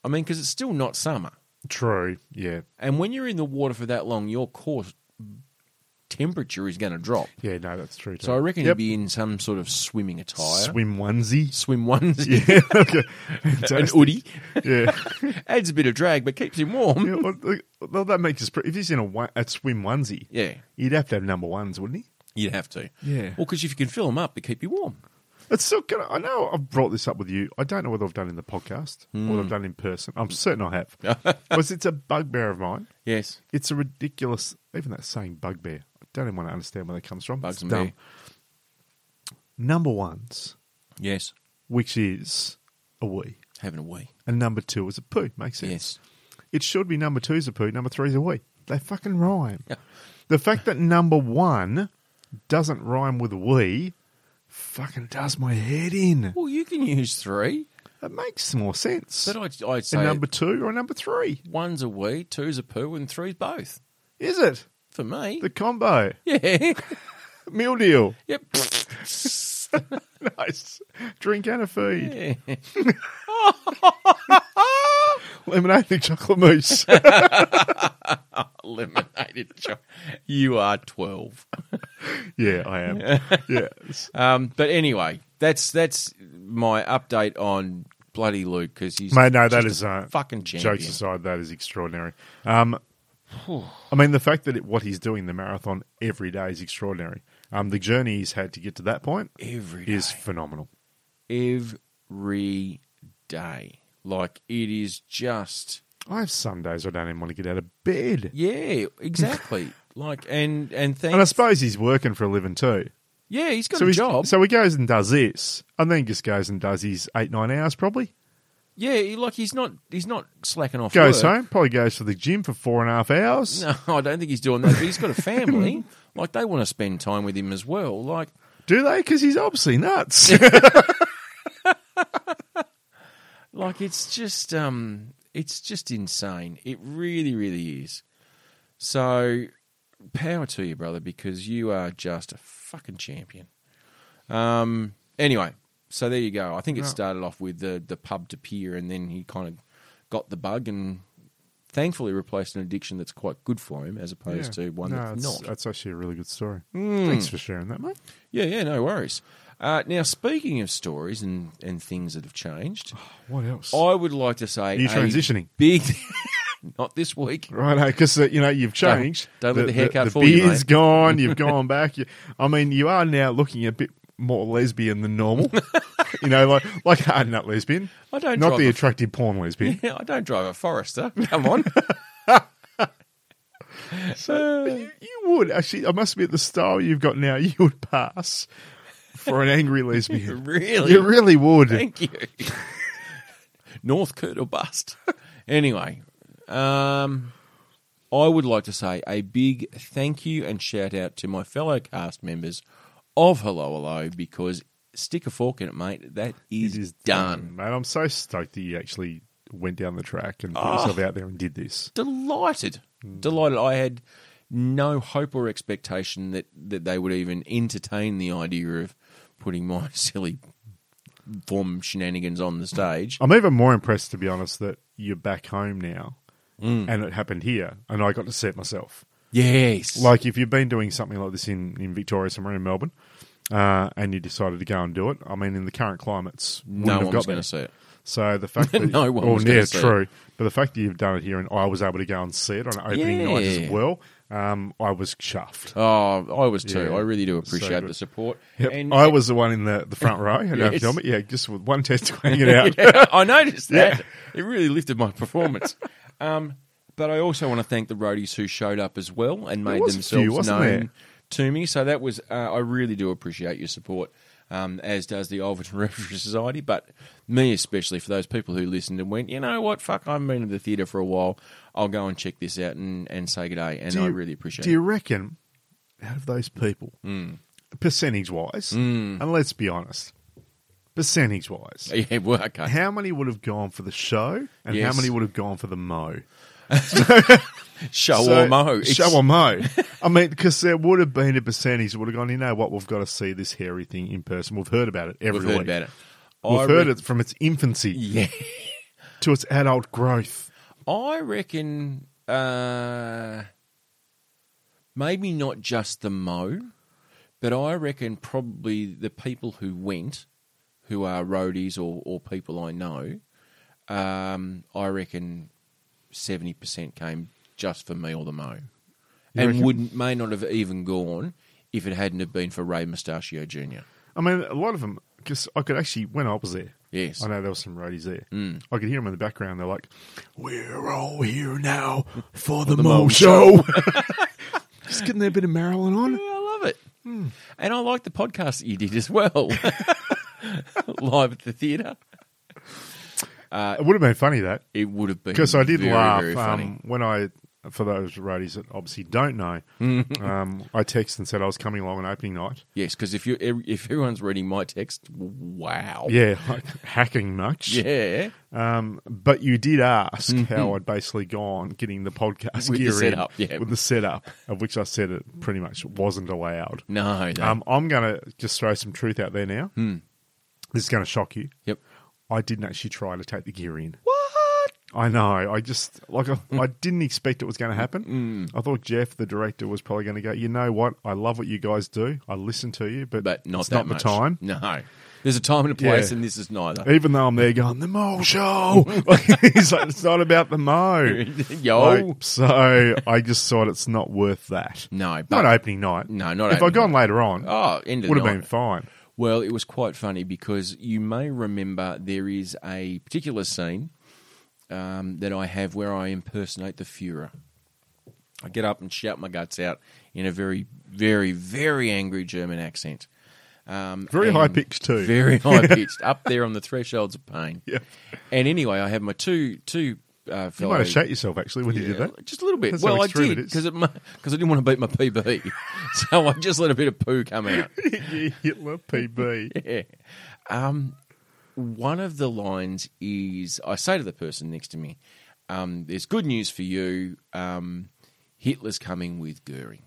Speaker 1: I mean, because it's still not summer.
Speaker 2: true. Yeah,
Speaker 1: And when you're in the water for that long, your core temperature is going to drop.
Speaker 2: yeah, no, that's true. Too.
Speaker 1: So I reckon
Speaker 2: Yep.
Speaker 1: he'd be in some sort of swimming attire.
Speaker 2: swim onesie.
Speaker 1: Swim onesie,
Speaker 2: Yeah, okay.
Speaker 1: an
Speaker 2: Fantastic.
Speaker 1: hoodie.
Speaker 2: yeah.
Speaker 1: Adds a bit of drag, but keeps him warm.
Speaker 2: yeah well, look, well, that makes us. pre- If he's in a, one- a swim onesie,
Speaker 1: Yeah,
Speaker 2: he'd have to have number ones, wouldn't he?
Speaker 1: you'd have to.
Speaker 2: Yeah.
Speaker 1: Well, because if you can fill them up, they keep you warm.
Speaker 2: It's still gonna. I know I've brought this up with you. I don't know whether I've done it in the podcast or
Speaker 1: Hmm.
Speaker 2: whether I've done it in person. I'm certain I have. because it's a bugbear of mine.
Speaker 1: Yes.
Speaker 2: It's a ridiculous. Even that saying bugbear. I don't even want to understand where that comes from.
Speaker 1: Bugs
Speaker 2: it's
Speaker 1: and bear.
Speaker 2: Number ones
Speaker 1: Yes.
Speaker 2: which is a wee.
Speaker 1: Having a wee.
Speaker 2: And number two is a poo. Makes sense.
Speaker 1: Yes.
Speaker 2: It should be number two's a poo, number three's a wee. They fucking rhyme.
Speaker 1: Yeah.
Speaker 2: The fact that number one doesn't rhyme with wee fucking does my head in.
Speaker 1: Well, you can use three,
Speaker 2: It makes more sense.
Speaker 1: but I'd, I'd
Speaker 2: a
Speaker 1: say
Speaker 2: number two or a number three.
Speaker 1: one's a wee, two's a poo, and three's both.
Speaker 2: Is it?
Speaker 1: For me.
Speaker 2: The combo.
Speaker 1: yeah.
Speaker 2: Meal deal.
Speaker 1: yep.
Speaker 2: Nice. Drink and a feed.
Speaker 1: Yeah.
Speaker 2: Lemonade and chocolate mousse.
Speaker 1: Eliminated job. You are 12.
Speaker 2: yeah, I am. Yeah.
Speaker 1: Um, but anyway, that's that's my update on bloody Luke because he's
Speaker 2: Mate, no, that
Speaker 1: just
Speaker 2: is
Speaker 1: a
Speaker 2: uh,
Speaker 1: fucking
Speaker 2: jokes
Speaker 1: champion.
Speaker 2: aside. That is extraordinary. Um, I mean, the fact that it, what he's doing the marathon every day is extraordinary. Um, the journey he's had to get to that point
Speaker 1: Every day.
Speaker 2: is phenomenal.
Speaker 1: every day. Like it is just
Speaker 2: I have some days I don't even want to get out of bed,
Speaker 1: yeah, exactly. like and and
Speaker 2: and I
Speaker 1: thanks.
Speaker 2: suppose he's working for a living too.
Speaker 1: Yeah, he's got
Speaker 2: so
Speaker 1: a
Speaker 2: he's-
Speaker 1: job.
Speaker 2: So he goes and does this, and then just goes and does his eight nine hours probably.
Speaker 1: yeah, he, like he's not he's not slacking off.
Speaker 2: Goes
Speaker 1: work.
Speaker 2: home, probably goes to the gym for four and a half hours.
Speaker 1: No, I don't think he's doing that. But he's got a family. like they want to spend time with him as well. Like
Speaker 2: Do they? Because he's obviously nuts.
Speaker 1: Like it's just um it's just insane. It really, really is. So power to you, brother, because you are just a fucking champion. Um anyway, so there you go. I think it
Speaker 2: Yeah.
Speaker 1: started off with the the pub to pier and then he kind of got the bug and thankfully replaced an addiction that's quite good for him as opposed
Speaker 2: Yeah.
Speaker 1: to one
Speaker 2: No,
Speaker 1: that's
Speaker 2: it's- uh,
Speaker 1: not.
Speaker 2: That's actually a really good story.
Speaker 1: Mm.
Speaker 2: Thanks for sharing that, mate.
Speaker 1: yeah, yeah, no worries. Uh, now speaking of stories and, and things that have changed,
Speaker 2: What else?
Speaker 1: I would like to say
Speaker 2: Are you
Speaker 1: a
Speaker 2: transitioning?
Speaker 1: big. not this week.
Speaker 2: Right, because uh, you know you've
Speaker 1: Don't-
Speaker 2: changed.
Speaker 1: don't let the haircut
Speaker 2: the
Speaker 1: fool you,
Speaker 2: beard's
Speaker 1: mate.
Speaker 2: gone. You've gone back. You, I mean, you are now looking a bit more lesbian than normal. you know, like like hard nut lesbian.
Speaker 1: I don't
Speaker 2: not
Speaker 1: drive
Speaker 2: the
Speaker 1: a-
Speaker 2: attractive porn lesbian.
Speaker 1: Yeah, I don't drive a Forester. Come on.
Speaker 2: But you, you would actually. I must admit, the style you've got now, you would pass for an angry lesbian.
Speaker 1: really?
Speaker 2: You really would.
Speaker 1: Thank you. North Kurt or bust. Anyway, um, I would like to say a big thank you and shout out to my fellow cast members of Hello Hello because stick a fork in it, mate. That is,
Speaker 2: It is
Speaker 1: done.
Speaker 2: Um, mate. I'm so stoked that you actually went down the track and put
Speaker 1: Oh.
Speaker 2: yourself out there and did this.
Speaker 1: delighted, delighted. I had no hope or expectation that, that they would even entertain the idea of putting my silly form shenanigans on the stage.
Speaker 2: I'm even more impressed, to be honest, that you're back home now,
Speaker 1: Mm.
Speaker 2: and it happened here, and I got to see it myself.
Speaker 1: Yes,
Speaker 2: Like if you've been doing something like this in, in Victoria, somewhere in Melbourne, uh, and you decided to go and do it, I mean, in the current climates, wouldn't
Speaker 1: no
Speaker 2: have
Speaker 1: one
Speaker 2: got
Speaker 1: was going
Speaker 2: there.
Speaker 1: to see it.
Speaker 2: So the fact that
Speaker 1: No one
Speaker 2: oh,
Speaker 1: was
Speaker 2: yeah,
Speaker 1: gonna see it.
Speaker 2: true. But the fact that you've done it here and I was able to go and see it on opening night as
Speaker 1: Yeah.
Speaker 2: well, um, I was chuffed.
Speaker 1: Oh, I was too.
Speaker 2: Yeah.
Speaker 1: I really do
Speaker 2: So
Speaker 1: appreciate
Speaker 2: good.
Speaker 1: the support.
Speaker 2: Yep.
Speaker 1: And
Speaker 2: I was the one in the, the front row. I don't
Speaker 1: Yes.
Speaker 2: know if you know me. Yeah, just with one testicle hanging out.
Speaker 1: I noticed that. It really lifted my performance. um, but I also want to thank the roadies who showed up as well and made
Speaker 2: was a
Speaker 1: themselves
Speaker 2: few, wasn't
Speaker 1: known
Speaker 2: there?
Speaker 1: to me. So that was, uh, I really do appreciate your support, um, as does the Overton Repertory Society, but me especially for those people who listened and went, you know what, fuck, I haven't been to the theatre for a while. I'll go and check this out and, and say good day. And
Speaker 2: Do
Speaker 1: I
Speaker 2: you-
Speaker 1: really appreciate
Speaker 2: Do
Speaker 1: it. Hmm.
Speaker 2: you reckon, out of those people, percentage wise, and let's be honest, percentage wise,
Speaker 1: Yeah, well, okay.
Speaker 2: how many would have gone for the show and
Speaker 1: Yes.
Speaker 2: how many would have gone for the mo?
Speaker 1: Show
Speaker 2: So-
Speaker 1: or mo. It's-
Speaker 2: Show or mo. I mean, because there would have been a percentage that would have gone, you know what, we've got to see this hairy thing in person. We've heard about it every
Speaker 1: We've
Speaker 2: week.
Speaker 1: heard about it.
Speaker 2: We've
Speaker 1: I
Speaker 2: heard
Speaker 1: re-
Speaker 2: it from its infancy
Speaker 1: Yeah.
Speaker 2: to its adult growth.
Speaker 1: I reckon uh, maybe not just the Mo, but I reckon probably the people who went, who are roadies or, or people I know, um, I reckon 70% came just for me or the Mo.
Speaker 2: You
Speaker 1: and
Speaker 2: reckon?
Speaker 1: would may not have even gone if it hadn't have been for Ray Mustachio Jr.
Speaker 2: I mean, a lot of them, because I could actually, when I was there,
Speaker 1: Yes. Mm.
Speaker 2: I know there was some roadies there. I could hear them in the background. They're like, "We're all here now for the, Mo, Show." Just getting their bit of Marilyn
Speaker 1: Yeah,
Speaker 2: on.
Speaker 1: I love it. And I like the podcast that you did as well. live at the theatre.
Speaker 2: It would have been funny that
Speaker 1: It would have been
Speaker 2: because I did
Speaker 1: very,
Speaker 2: laugh
Speaker 1: Very funny.
Speaker 2: um, when I. For those roadies that obviously don't know, um, I texted and said I was coming along on opening night.
Speaker 1: yes, because if you if everyone's reading my text, wow,
Speaker 2: Yeah, like hacking much.
Speaker 1: yeah, Mm-hmm.
Speaker 2: Um, but you did ask how I'd basically gone getting the podcast
Speaker 1: With the
Speaker 2: gear in
Speaker 1: setup, yeah.
Speaker 2: with the setup, of which I said it pretty much wasn't allowed.
Speaker 1: no, no.
Speaker 2: Um, I'm going to just throw some truth out there now.
Speaker 1: Hmm.
Speaker 2: This is going to shock you.
Speaker 1: yep,
Speaker 2: I didn't actually try to take the gear in. What? I know. I just like I, I didn't expect it was going to happen.
Speaker 1: Mm.
Speaker 2: I thought Jeff, the director, was probably going to go. You know what? I love what you guys do. I listen to you, but,
Speaker 1: but not
Speaker 2: it's
Speaker 1: that
Speaker 2: not
Speaker 1: much.
Speaker 2: the time.
Speaker 1: No, there's a time and a place,
Speaker 2: Yeah.
Speaker 1: and this is neither.
Speaker 2: Even though I'm there going the Mo Show, he's like, it's not about the Mo.
Speaker 1: Yo,
Speaker 2: Like, so I just thought it's not worth that.
Speaker 1: no, but
Speaker 2: Not opening night.
Speaker 1: no, not
Speaker 2: if I'd
Speaker 1: opening
Speaker 2: gone
Speaker 1: night.
Speaker 2: later on,
Speaker 1: Oh, end of
Speaker 2: would
Speaker 1: the
Speaker 2: have
Speaker 1: night.
Speaker 2: been fine.
Speaker 1: Well, it was quite funny because you may remember there is a particular scene um, that I have where I impersonate the Fuhrer. I get up and shout my guts out in a very, very, very angry German accent. Um,
Speaker 2: Very
Speaker 1: and-
Speaker 2: high pitched too.
Speaker 1: Very high pitched, up there on the thresholds of pain.
Speaker 2: Yeah.
Speaker 1: And anyway, I have my two two uh,
Speaker 2: You
Speaker 1: fellow.
Speaker 2: might have shot yourself actually when you
Speaker 1: Yeah,
Speaker 2: did that.
Speaker 1: Just a little bit.
Speaker 2: That's how
Speaker 1: well, I
Speaker 2: extreme
Speaker 1: did
Speaker 2: it is.
Speaker 1: because because I didn't want to beat my PB, so I just let a bit of poo come out.
Speaker 2: You Hitler PB.
Speaker 1: Yeah. Um, one of the lines is I say to the person next to me, um, there's good news for you. Um, Hitler's coming with Goering.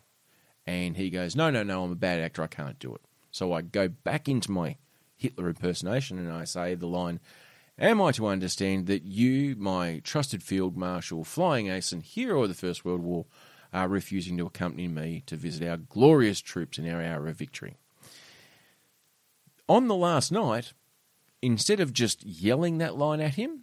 Speaker 1: And he goes, No, no, no, I'm a bad actor. I can't do it. So I go back into my Hitler impersonation and I say the line, Am I to understand that you, my trusted field marshal, flying ace, and hero of the First World War, are refusing to accompany me to visit our glorious troops in our hour of victory? on the last night, instead of just yelling that line at him,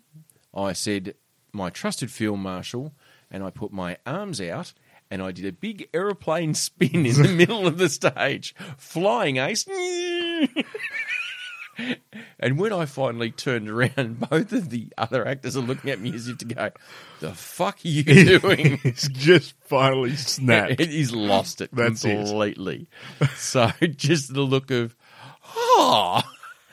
Speaker 1: I said, my trusted field marshal, and I put my arms out and I did a big aeroplane spin in the middle of the stage, flying ace. and when I finally turned around, both of the other actors are looking at me as if to go, The fuck are you doing?
Speaker 2: It's just finally snapped.
Speaker 1: He's lost it
Speaker 2: That's it.
Speaker 1: completely. so just the look of, oh.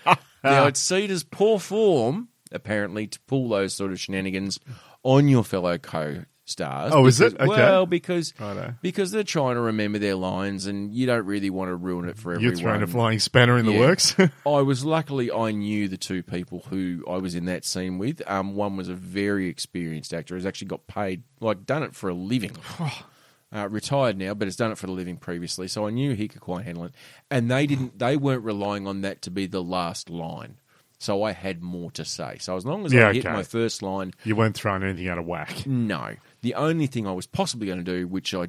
Speaker 1: now it's Cedar's poor form, apparently, to pull those sort of shenanigans on your fellow co-stars.
Speaker 2: Oh, is it?
Speaker 1: Because-
Speaker 2: Okay.
Speaker 1: Well, because
Speaker 2: Righto.
Speaker 1: because they're trying to remember their lines, and you don't really want to ruin it for everyone.
Speaker 2: You're throwing a flying spanner in the
Speaker 1: Yeah.
Speaker 2: works.
Speaker 1: I was luckily I knew the two people who I was in that scene with. Um, one was a very experienced actor. Has actually got paid, like done it for a living.
Speaker 2: Oh.
Speaker 1: Uh, retired now, but has done it for a living previously. So I knew he could quite handle it. And they didn't. They weren't relying on that to be the last line. So I had more to say. So as long as
Speaker 2: Yeah,
Speaker 1: I hit
Speaker 2: okay.
Speaker 1: my first line,
Speaker 2: you weren't throwing anything out of whack.
Speaker 1: no. The only thing I was possibly going to do, which I,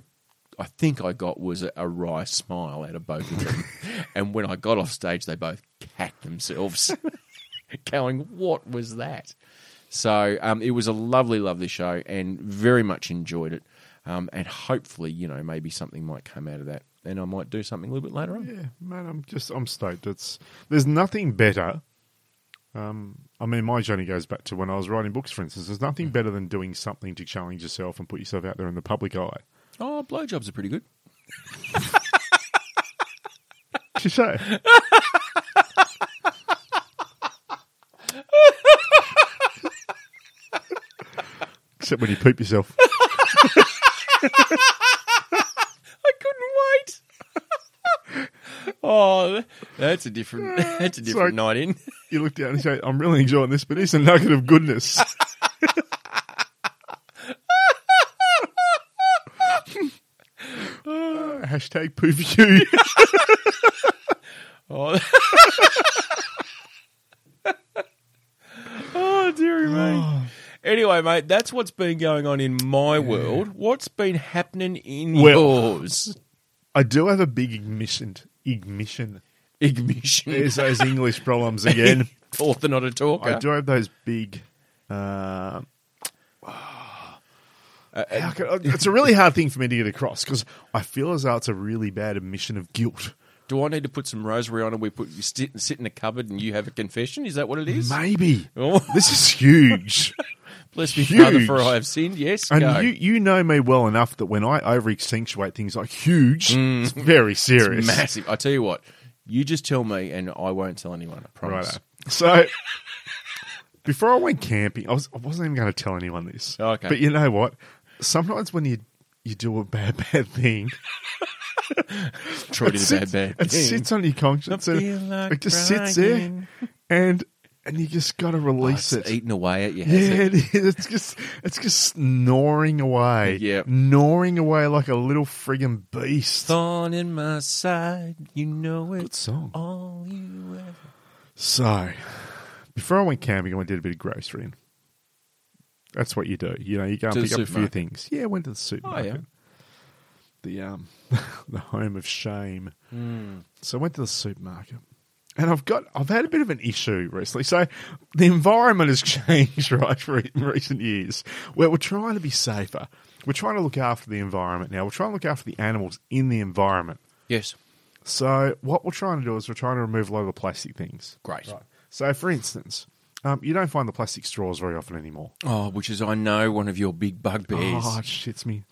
Speaker 1: I think I got, was a, a wry smile out of both of them. and when I got off stage, they both cacked themselves, going, "What was that?" So um, it was a lovely, lovely show, and very much enjoyed it. Um, and hopefully, you know, maybe something might come out of that, and I might do something a little bit later on.
Speaker 2: Yeah, man, I'm just I'm stoked. It's there's nothing better. Um, I mean, my journey goes back to when I was writing books, for instance. There's nothing better than doing something to challenge yourself and put yourself out there in the public eye.
Speaker 1: Oh, blowjobs are pretty good.
Speaker 2: Touche. Except when you poop yourself.
Speaker 1: I couldn't wait. oh, that's a different. That's a different
Speaker 2: Sorry.
Speaker 1: night in.
Speaker 2: You look down and say, "I'm really enjoying this, but it's a nugget of goodness." Uh, hashtag poo for you.
Speaker 1: Oh, oh dearie me. Anyway, mate, that's what's been going on in my world. What's been happening in
Speaker 2: Well-
Speaker 1: yours?
Speaker 2: I do have a big ignition. Ignition.
Speaker 1: Ignition.
Speaker 2: There's those English problems again.
Speaker 1: Author, not a talker.
Speaker 2: I do have those big. Uh,
Speaker 1: Uh,
Speaker 2: how can- uh, it's a really hard thing for me to get across because I feel as though it's a really bad admission of guilt.
Speaker 1: Do I need to put some rosary on and we put you sit, sit in a cupboard and you have a confession? Is that what it is?
Speaker 2: Maybe
Speaker 1: Oh,
Speaker 2: this is huge.
Speaker 1: bless me, Father,
Speaker 2: huge.
Speaker 1: for I have sinned. Yes,
Speaker 2: And
Speaker 1: go.
Speaker 2: you, you know me well
Speaker 1: Mm.
Speaker 2: enough that when I over accentuate things like huge, it's very serious.
Speaker 1: Massive. I tell you what, You just tell me, and I won't tell anyone. I promise.
Speaker 2: Right. uh, So before I went camping, I, was, I wasn't even going to tell anyone this.
Speaker 1: Oh, Okay.
Speaker 2: But you know what? Sometimes when you you do a bad bad thing,
Speaker 1: Troy did
Speaker 2: it,
Speaker 1: a
Speaker 2: sits,
Speaker 1: bad, bad
Speaker 2: it
Speaker 1: thing.
Speaker 2: sits on your conscience.
Speaker 1: I
Speaker 2: And
Speaker 1: feel like
Speaker 2: it just sits there,
Speaker 1: crying.
Speaker 2: and and you just got to
Speaker 1: Oh,
Speaker 2: release
Speaker 1: it's
Speaker 2: it.
Speaker 1: eating away at you.
Speaker 2: Yeah,
Speaker 1: has it?
Speaker 2: it is. It's just it's just gnawing away.
Speaker 1: Yeah.
Speaker 2: gnawing away like a little friggin' beast.
Speaker 1: Thorn in my side, you know
Speaker 2: Good
Speaker 1: it's
Speaker 2: song.
Speaker 1: all you ever.
Speaker 2: So, before I went camping, I went and did a bit of grocerying. That's what you do. You know, you go and
Speaker 1: To the
Speaker 2: pick up a few
Speaker 1: supermarket. Oh,
Speaker 2: things. Yeah, I went to the supermarket.
Speaker 1: yeah.
Speaker 2: The um, the home of shame.
Speaker 1: Hmm.
Speaker 2: So I went to the supermarket, and I've got I've had a bit of an issue recently. So the environment has changed, right, for in recent years. Where we're trying to be safer. We're trying to look after the environment now. We're trying to look after the animals in the environment.
Speaker 1: Yes,
Speaker 2: So what we're trying to do is we're trying to remove a lot of the plastic things.
Speaker 1: great.
Speaker 2: So, for instance, um, you don't find the plastic straws very often anymore.
Speaker 1: Oh, which is, I know, one of your big bugbears.
Speaker 2: Oh, it shits me.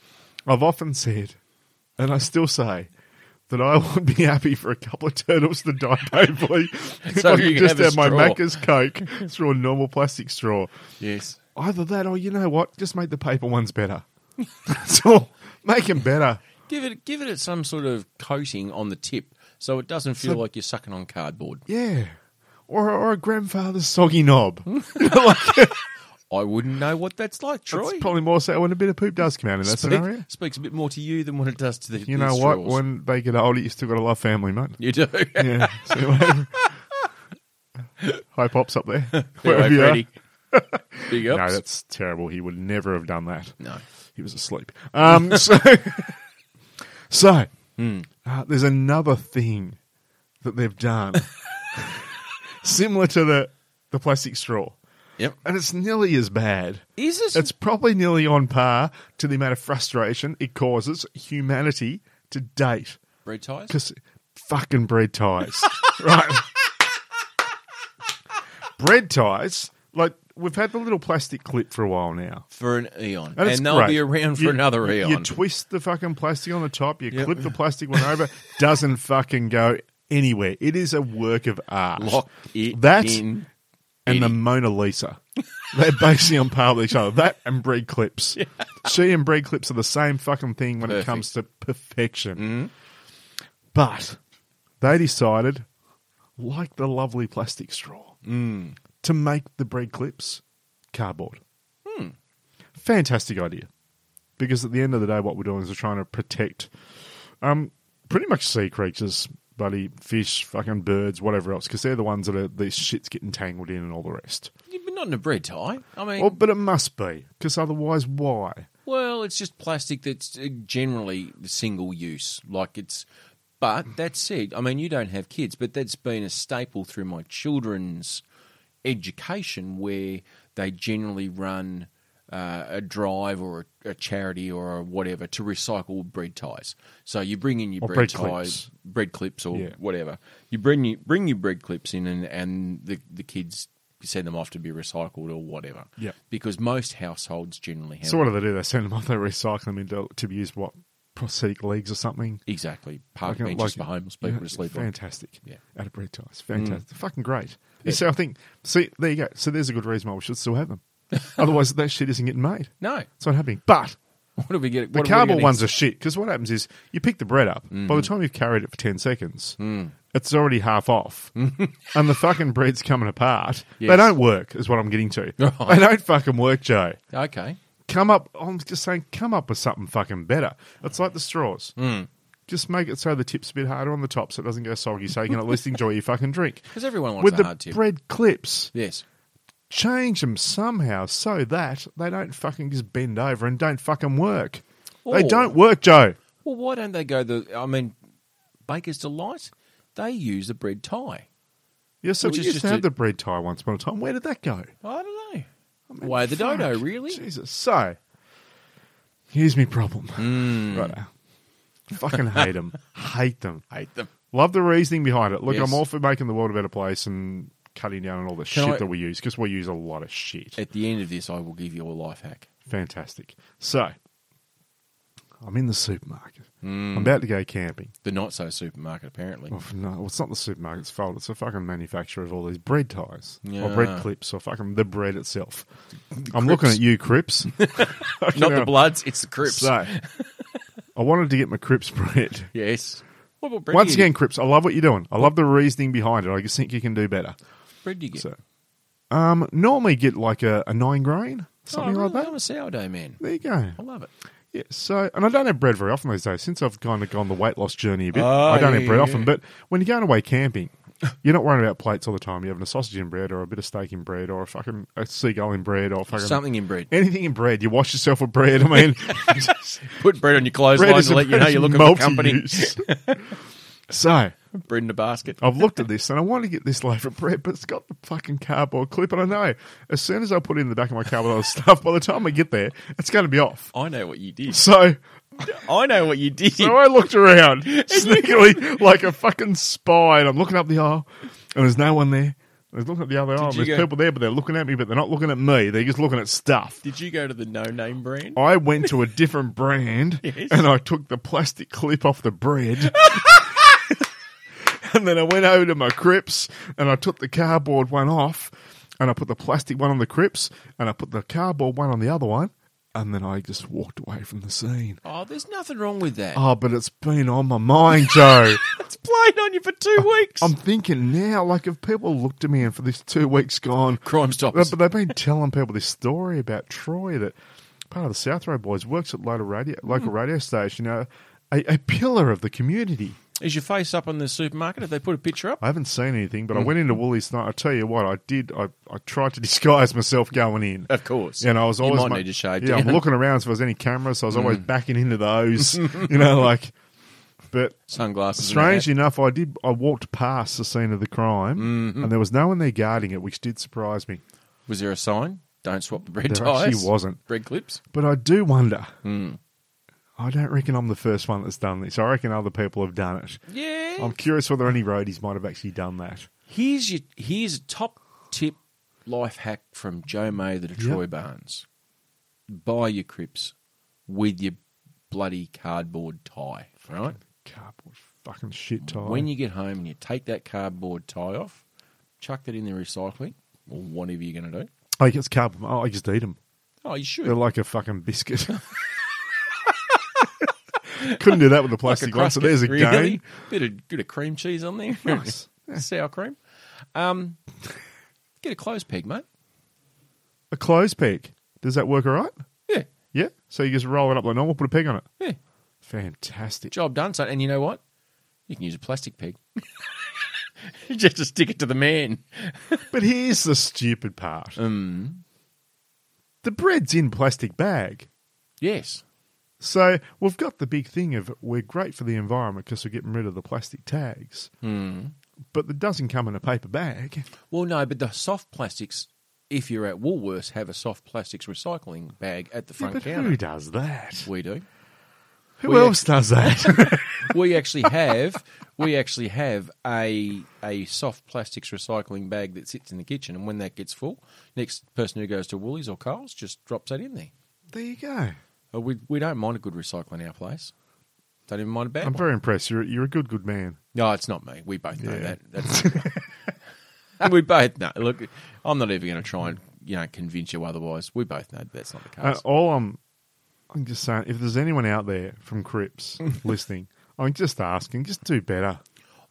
Speaker 2: I've often said, and I still say, that I would be happy for a couple of turtles to die painfully if
Speaker 1: So
Speaker 2: I
Speaker 1: you can
Speaker 2: could just
Speaker 1: have a
Speaker 2: have my
Speaker 1: straw.
Speaker 2: Macca's Coke through a normal plastic straw.
Speaker 1: yes.
Speaker 2: Either that or, you know what, just make the paper ones better. That's all. Make them better.
Speaker 1: Give it, give it some sort of coating on the tip, so it doesn't feel
Speaker 2: So-
Speaker 1: like you're sucking on cardboard.
Speaker 2: Yeah. Or, or a grandfather's soggy knob.
Speaker 1: Hmm, I wouldn't know what that's like, Troy.
Speaker 2: That's probably more so when a bit of poop does come out in that
Speaker 1: Speak-
Speaker 2: scenario.
Speaker 1: Speaks a bit more to you than what it does to the.
Speaker 2: You
Speaker 1: the
Speaker 2: know what?
Speaker 1: straws.
Speaker 2: When they get older, you still got to love family, mate.
Speaker 1: you do.
Speaker 2: Yeah. So, um, Hi, pops up there.
Speaker 1: Anyway,
Speaker 2: Wherever you are.
Speaker 1: Freddy. Big
Speaker 2: No,
Speaker 1: ups.
Speaker 2: that's terrible. He would never have done that.
Speaker 1: No.
Speaker 2: He was asleep. Um, so, so
Speaker 1: Hmm.
Speaker 2: uh, there's another thing that they've done similar to the the plastic straw,
Speaker 1: Yep.
Speaker 2: and it's nearly as bad.
Speaker 1: Is it?
Speaker 2: It's probably nearly on par to the amount of frustration it causes humanity to date.
Speaker 1: red ties.
Speaker 2: Because fucking bread ties. right. bread ties, like we've had the little plastic clip for a while now.
Speaker 1: for an eon,
Speaker 2: And,
Speaker 1: and,
Speaker 2: it's
Speaker 1: they'll
Speaker 2: great.
Speaker 1: be around for
Speaker 2: You-
Speaker 1: another
Speaker 2: you-
Speaker 1: eon.
Speaker 2: You twist the fucking plastic on the top, you
Speaker 1: Yep.
Speaker 2: clip the plastic one over, doesn't fucking go anywhere. It is a work of art.
Speaker 1: Lock it
Speaker 2: That's-
Speaker 1: in.
Speaker 2: and the
Speaker 1: Eddie.
Speaker 2: Mona Lisa. They're basically on par with each other. That and bread clips. She and bread clips are the same fucking thing when
Speaker 1: Perfect.
Speaker 2: it
Speaker 1: Mm-hmm.
Speaker 2: comes to perfection. But they decided, like the lovely plastic straw,
Speaker 1: Mm.
Speaker 2: to make the bread clips cardboard.
Speaker 1: Hmm.
Speaker 2: Fantastic idea. Because at the end of the day, what we're doing is we're trying to protect um, pretty much sea creatures, buddy, fish, fucking birds, whatever else, because they're the ones that are these shits getting tangled in and all the rest.
Speaker 1: Yeah, But not in a bread tie. I mean,
Speaker 2: Well, but it must be, because otherwise, why?
Speaker 1: well, it's just plastic that's uh, generally single use. Like it's. But that said, I mean, you don't have kids, but that's been a staple through my children's education where they generally run uh, a drive or a, a charity or a whatever to recycle bread ties. So you bring in your
Speaker 2: Or
Speaker 1: bread,
Speaker 2: bread clips.
Speaker 1: ties, bread clips or
Speaker 2: Yeah.
Speaker 1: whatever. You bring you bring your bread clips in, and and the the kids send them off to be recycled or whatever.
Speaker 2: Yep.
Speaker 1: Because most households generally have
Speaker 2: So what do they do? They send them off, they recycle them into to be used, what, prosthetic legs or something?
Speaker 1: exactly park
Speaker 2: Like a-
Speaker 1: benches
Speaker 2: like-
Speaker 1: for homeless people to sleep on.
Speaker 2: Fantastic.
Speaker 1: Yeah. Mm.
Speaker 2: Out of bread ties. Fantastic. Fucking great. You see, I think, see, there you go. So there's a good reason why we should still have them. Otherwise, that shit isn't getting made.
Speaker 1: No,
Speaker 2: It's not happening. But
Speaker 1: what do we get?
Speaker 2: The
Speaker 1: what are we Mm.
Speaker 2: cardboard
Speaker 1: getting-
Speaker 2: ones are shit because what happens is you pick the bread up. By the time you've carried it for 10 seconds,
Speaker 1: Mm.
Speaker 2: it's already half off. and the fucking bread's coming apart. They
Speaker 1: Yes.
Speaker 2: don't work, is what I'm getting to.
Speaker 1: Right.
Speaker 2: They don't fucking work, Joe.
Speaker 1: Okay,
Speaker 2: Come up, I'm just saying, come up with something fucking better. It's like the straws.
Speaker 1: Mm.
Speaker 2: Just make it so the tip's a bit harder on the top so it doesn't go soggy so you can at least enjoy your fucking drink.
Speaker 1: because everyone wants
Speaker 2: With
Speaker 1: a
Speaker 2: the
Speaker 1: hard tip.
Speaker 2: bread clips,
Speaker 1: yes,
Speaker 2: change them somehow so that they don't fucking just bend over and don't fucking work. They
Speaker 1: Or-
Speaker 2: don't work, Joe.
Speaker 1: Well, why don't they go the? I mean, Baker's Delight, they use a bread tie.
Speaker 2: Yeah, so
Speaker 1: Which
Speaker 2: we
Speaker 1: is
Speaker 2: used
Speaker 1: just
Speaker 2: to have
Speaker 1: a-
Speaker 2: the bread tie once upon a time. Where did that go?
Speaker 1: I don't know.
Speaker 2: I mean,
Speaker 1: Why Uh, the
Speaker 2: fuck.
Speaker 1: dodo? Really?
Speaker 2: Jesus. So, here's my problem.
Speaker 1: Hmm.
Speaker 2: Right now. Fucking hate them. hate them.
Speaker 1: Hate them.
Speaker 2: Love the reasoning behind it. Look,
Speaker 1: Yes.
Speaker 2: I'm all for making the world a better place and cutting down on all the
Speaker 1: Can
Speaker 2: shit
Speaker 1: I-
Speaker 2: that we use because we use a lot of shit.
Speaker 1: At the end of this, I will give you a life hack.
Speaker 2: Fantastic. So, I'm in the supermarket.
Speaker 1: Hmm.
Speaker 2: I'm about to go camping.
Speaker 1: The not so supermarket, apparently.
Speaker 2: Oh, no, well, it's not the supermarket's fault. It's the fucking manufacturer of all these bread ties or
Speaker 1: Yeah.
Speaker 2: bread clips or fucking the bread itself. I'm looking at you, Crips.
Speaker 1: not
Speaker 2: hell.
Speaker 1: the Bloods, it's the Crips.
Speaker 2: so, I wanted to get my Crips bread.
Speaker 1: yes. What about bread?
Speaker 2: Once
Speaker 1: do you-
Speaker 2: again, Crips, I love what you're doing. I love the reasoning behind it. I just think you can do better.
Speaker 1: bread do you get? Oh,
Speaker 2: So, um, normally get like a, a nine grain, something
Speaker 1: oh,
Speaker 2: like
Speaker 1: really?
Speaker 2: that.
Speaker 1: I'm a sourdough man.
Speaker 2: There you go.
Speaker 1: I love it.
Speaker 2: Yeah, so and I don't have bread very often these days. Since I've kind of gone the weight loss journey a bit,
Speaker 1: Oh,
Speaker 2: I don't
Speaker 1: yeah,
Speaker 2: have bread
Speaker 1: yeah,
Speaker 2: often.
Speaker 1: yeah.
Speaker 2: But when you're going away camping, you're not worrying about plates all the time. You're having a sausage in bread, or a bit of steak in bread, or a fucking a seagull in bread, or fucking
Speaker 1: Something in bread.
Speaker 2: anything in bread. You wash yourself with bread. I mean,
Speaker 1: Put bread on your
Speaker 2: bread
Speaker 1: clothesline
Speaker 2: is
Speaker 1: to let you know you're looking for company.
Speaker 2: multi-use. so
Speaker 1: Bread in a basket.
Speaker 2: I've looked at this and I want to get this loaf of bread, but it's got the fucking cardboard clip, and I know as soon as I put it in the back of my cardboard stuff, by the time I get there, it's going to be off.
Speaker 1: I know what you did.
Speaker 2: So
Speaker 1: I know what you did.
Speaker 2: So I looked around sneakily like a fucking spy, and I'm looking up the aisle, and there's no one there. I was looking at the other aisle. and
Speaker 1: you
Speaker 2: There's
Speaker 1: go-
Speaker 2: people there, but they're looking at me, but they're not looking at me. They're just looking at stuff.
Speaker 1: Did you go to the no name brand?
Speaker 2: I went to a different brand,
Speaker 1: Yes.
Speaker 2: and I took the plastic clip off the bread. and then I went over to my Crips, and I took the cardboard one off, and I put the plastic one on the Crips, and I put the cardboard one on the other one, and then I just walked away from the scene.
Speaker 1: Oh, there's nothing wrong with that.
Speaker 2: Oh, but it's been on my mind, Joe.
Speaker 1: It's played on you for two weeks.
Speaker 2: Oh. I'm thinking now, like, if people looked at me and for this two weeks gone,
Speaker 1: Crime
Speaker 2: but
Speaker 1: Stoppers.
Speaker 2: they've been telling people this story about Troy that part of the South Road Boys works at local radio, local
Speaker 1: Hmm.
Speaker 2: radio station, you know, a, a pillar of the community.
Speaker 1: Is your face up on the supermarket? Have they put a picture up?
Speaker 2: I haven't seen anything, but I went
Speaker 1: Hmm.
Speaker 2: into Woolies tonight. I tell you what, I did. I, I tried to disguise myself going in.
Speaker 1: Of course.
Speaker 2: Yeah, and I was
Speaker 1: You
Speaker 2: always
Speaker 1: might
Speaker 2: ma-
Speaker 1: need to shave
Speaker 2: Yeah, I'm
Speaker 1: down. Hmm.
Speaker 2: looking around if there was any cameras, so I was always backing into those. you know, like, but
Speaker 1: Sunglasses. and a
Speaker 2: Strangely
Speaker 1: hat.
Speaker 2: enough, I did. I walked past the scene of the crime,
Speaker 1: Mm-hmm.
Speaker 2: and there was no one there guarding it, which did surprise me.
Speaker 1: Was there a sign? Don't swap the bread
Speaker 2: There
Speaker 1: ties.
Speaker 2: actually wasn't,
Speaker 1: Bread clips.
Speaker 2: but I do wonder.
Speaker 1: Mm.
Speaker 2: I don't reckon I'm the first one that's done this. I reckon other people have done it.
Speaker 1: Yeah.
Speaker 2: I'm curious whether any roadies might have actually done that.
Speaker 1: Here's your here's a top tip life hack from Joe May the Troy Barnes. Buy your crips with your bloody cardboard tie. Right?
Speaker 2: Cardboard fucking shit tie.
Speaker 1: When you get home and you take that cardboard tie off, chuck that in the recycling or whatever you're going to do.
Speaker 2: I guess cardboard. Oh, I just eat them.
Speaker 1: Oh, you should.
Speaker 2: They're like a fucking biscuit. Couldn't do that with the plastic one. So
Speaker 1: crusket,
Speaker 2: there's a
Speaker 1: really.
Speaker 2: game.
Speaker 1: Bit of bit of cream cheese on there.
Speaker 2: Nice.
Speaker 1: Sour cream. Um, get a clothes peg, mate.
Speaker 2: A clothes peg. Does that work all right?
Speaker 1: Yeah,
Speaker 2: Yeah. So you just roll it up like normal, put a peg on it.
Speaker 1: yeah.
Speaker 2: Fantastic.
Speaker 1: Job done, son. And you know what? You can use a plastic peg. You Just to stick it to the man.
Speaker 2: But here's the stupid part.
Speaker 1: Mm.
Speaker 2: Um. The bread's in plastic bag.
Speaker 1: Yes.
Speaker 2: So we've got the big thing of we're great for the environment because we're getting rid of the plastic tags. Hmm.
Speaker 1: Mm.
Speaker 2: But it doesn't come in a paper bag.
Speaker 1: Well, no, but the soft plastics. If you're at Woolworths, have a soft plastics recycling bag at the
Speaker 2: Yeah,
Speaker 1: front
Speaker 2: but
Speaker 1: counter.
Speaker 2: who does that?
Speaker 1: We do.
Speaker 2: Who
Speaker 1: we
Speaker 2: else does that?
Speaker 1: we actually have we actually have a a soft plastics recycling bag that sits in the kitchen, and when that gets full, next person who goes to Woolies or Coles just drops that in there.
Speaker 2: there you go.
Speaker 1: Uh, We we don't mind a good recycling in our place. Don't even mind a bad
Speaker 2: I'm
Speaker 1: one.
Speaker 2: very impressed. You're, you're a good, good man.
Speaker 1: No, it's not me. We both know
Speaker 2: Yeah.
Speaker 1: that. That's we both know. Look, I'm not even going to try and you know convince you otherwise. We both know that's not the
Speaker 2: Uh,
Speaker 1: case.
Speaker 2: all I'm, I'm just saying, if there's anyone out there from Crips listening, I'm just asking, just do better.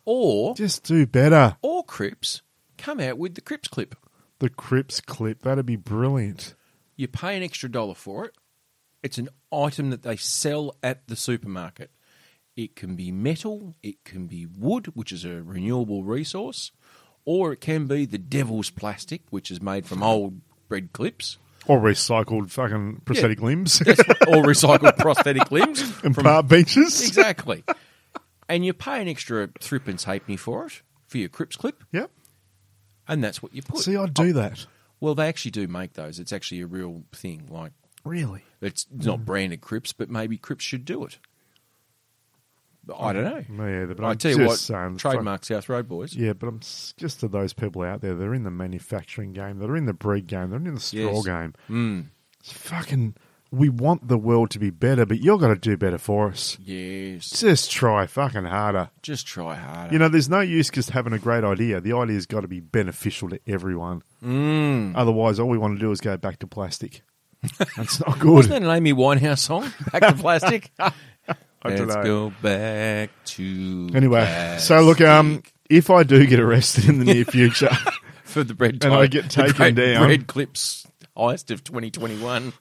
Speaker 1: Or
Speaker 2: Just do better.
Speaker 1: or Crips come out with the Crips clip.
Speaker 2: The Crips clip, that'd be brilliant.
Speaker 1: You pay an extra dollar for it. It's an item that they sell at the supermarket. It can be metal, it can be wood, which is a renewable resource, or it can be the devil's plastic, which is made from old bread clips
Speaker 2: Or recycled fucking prosthetic limbs
Speaker 1: or recycled prosthetic limbs.
Speaker 2: and
Speaker 1: from-
Speaker 2: park beaches.
Speaker 1: exactly. And you pay an extra threepence halfpenny for it, for your Crips clip,
Speaker 2: Yep.
Speaker 1: and that's what you put.
Speaker 2: See, I'd do that.
Speaker 1: well, they actually do make those. It's actually a real thing. Like,
Speaker 2: Really?
Speaker 1: It's
Speaker 2: Mm.
Speaker 1: not branded Crips, but maybe Crips should do it. But I don't know.
Speaker 2: Yeah, Mm. but
Speaker 1: I
Speaker 2: I'm
Speaker 1: tell you what,
Speaker 2: just saying,
Speaker 1: trademark South Road Boys.
Speaker 2: Yeah, but I'm s- just to those people out there. They're in the manufacturing game. They're in the breed game. They're in the straw
Speaker 1: Yes.
Speaker 2: game.
Speaker 1: Mm.
Speaker 2: It's fucking we want the world to be better, but you're going to do better for us.
Speaker 1: Yes.
Speaker 2: Just try fucking harder.
Speaker 1: Just try harder.
Speaker 2: You know, there's no use just having a great idea. The idea's got to be beneficial to everyone.
Speaker 1: mm.
Speaker 2: Otherwise, all we want to do is go back to plastic. That's
Speaker 1: Wasn't
Speaker 2: not good.
Speaker 1: that an Amy Winehouse song? Back to plastic.
Speaker 2: I don't
Speaker 1: Let's
Speaker 2: know.
Speaker 1: go back to
Speaker 2: Anyway, so look, um, if I do get arrested in the near future,
Speaker 1: plastic. for the bread
Speaker 2: and I
Speaker 1: type,
Speaker 2: get
Speaker 1: the great
Speaker 2: taken down.
Speaker 1: Bread clips highest of 2021.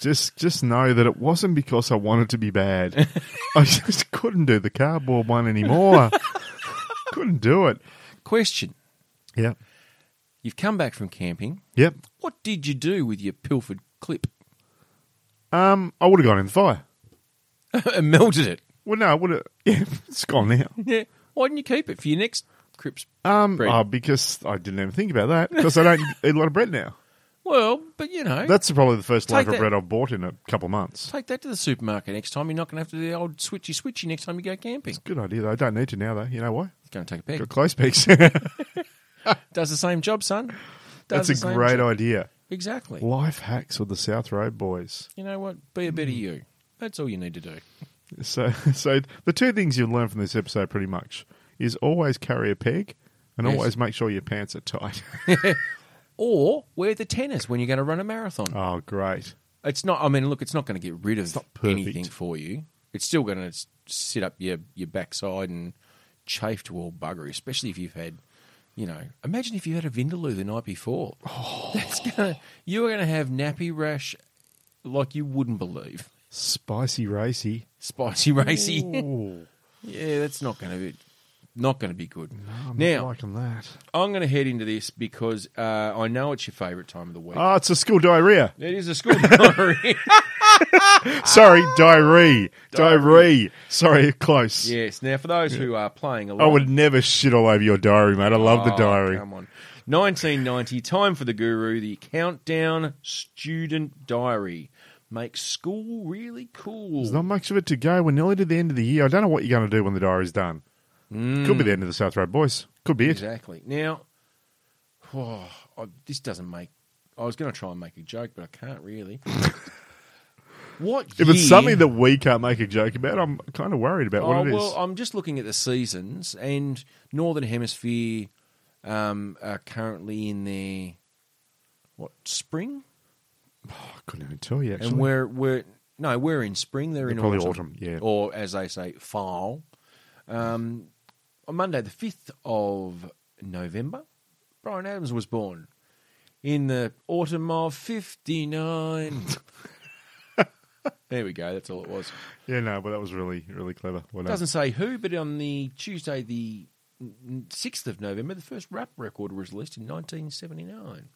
Speaker 2: just just know that it wasn't because I wanted to be bad. I just couldn't do the cardboard one anymore. couldn't do it.
Speaker 1: Question:
Speaker 2: Yep.
Speaker 1: You've come back from camping.
Speaker 2: Yep.
Speaker 1: What did you do with your pilfered clip?
Speaker 2: Um, I would have gone in the fire.
Speaker 1: melted it.
Speaker 2: Well, no, I would have. Yeah, it's gone now.
Speaker 1: Yeah. Why didn't you keep it for your next Crips?
Speaker 2: Um,
Speaker 1: Bread.
Speaker 2: oh, because I didn't even think about that because I don't eat a lot of bread now.
Speaker 1: Well, but you know,
Speaker 2: That's probably the first
Speaker 1: Take
Speaker 2: loaf of
Speaker 1: that-
Speaker 2: bread I've bought in a couple of months.
Speaker 1: take that to the supermarket next time. You're not going to have to do the old switchy switchy next time you go camping.
Speaker 2: Good idea though. I don't need to now though. You know why?
Speaker 1: Going to take a peg.
Speaker 2: Got close peaks.
Speaker 1: Does the same job, son. Does
Speaker 2: That's a
Speaker 1: the same
Speaker 2: great
Speaker 1: job.
Speaker 2: idea.
Speaker 1: Exactly.
Speaker 2: Life hacks with the South Road boys.
Speaker 1: You know what? Be a better you. That's all you need to do.
Speaker 2: So, so the two things you'll learn from this episode pretty much is always carry a peg, and
Speaker 1: Yes.
Speaker 2: always make sure your pants are tight.
Speaker 1: Or wear the tennis when you're going to run a marathon.
Speaker 2: oh, great!
Speaker 1: It's not. I mean, look, it's not going to get rid of
Speaker 2: not perfect.
Speaker 1: anything for you. It's still going to sit up your your backside and chafe to all buggery, especially if you've had, you know, imagine if you had a vindaloo the night before.
Speaker 2: Oh.
Speaker 1: That's gonna you are going to have nappy rash like you wouldn't believe.
Speaker 2: Spicy racy.
Speaker 1: Spicy racy.
Speaker 2: Ooh, Oh,
Speaker 1: yeah, that's not going to be not going to be good.
Speaker 2: I'm
Speaker 1: now
Speaker 2: not liking that.
Speaker 1: I'm going to head into this because uh, I know it's your favourite time of the week.
Speaker 2: Oh, it's a school diarrhea.
Speaker 1: it is a school diary.
Speaker 2: Sorry,
Speaker 1: Ah.
Speaker 2: diarrhea. Diarrhea. Sorry, close.
Speaker 1: yes. Now, for those who are playing along,
Speaker 2: I would never shit all over your diary, mate. I love the
Speaker 1: Oh,
Speaker 2: diary.
Speaker 1: Come on. 1990, time for the guru, the countdown student diary. Makes school really cool.
Speaker 2: There's not much of it to go. We're nearly to the end of the year. I don't know what you're going to do when the diary's done.
Speaker 1: Hmm.
Speaker 2: Could be the end of the South Road Boys. Could be it.
Speaker 1: Mm, Exactly. Now, oh, I, this doesn't make. I was going to try and make a joke, but I can't really. what
Speaker 2: If
Speaker 1: year-
Speaker 2: it's something that we can't make a joke about, I'm kind of worried about
Speaker 1: Oh,
Speaker 2: what it is.
Speaker 1: well, I'm just looking at the seasons, and Northern Hemisphere um, are currently in their what spring,
Speaker 2: Oh, I couldn't even tell you, actually.
Speaker 1: and we're we're no, we're in spring. They're,
Speaker 2: They're
Speaker 1: in
Speaker 2: probably
Speaker 1: autumn,
Speaker 2: autumn, yeah.
Speaker 1: or as they say, fall. Um, on Monday, the fifth of November, Brian Adams was born in the autumn of '59. there we go. That's all it was.
Speaker 2: yeah, no, but that was really, really clever. Well,
Speaker 1: It
Speaker 2: done.
Speaker 1: doesn't say who, but on the Tuesday, the sixth of November, the first rap record was released in 1979.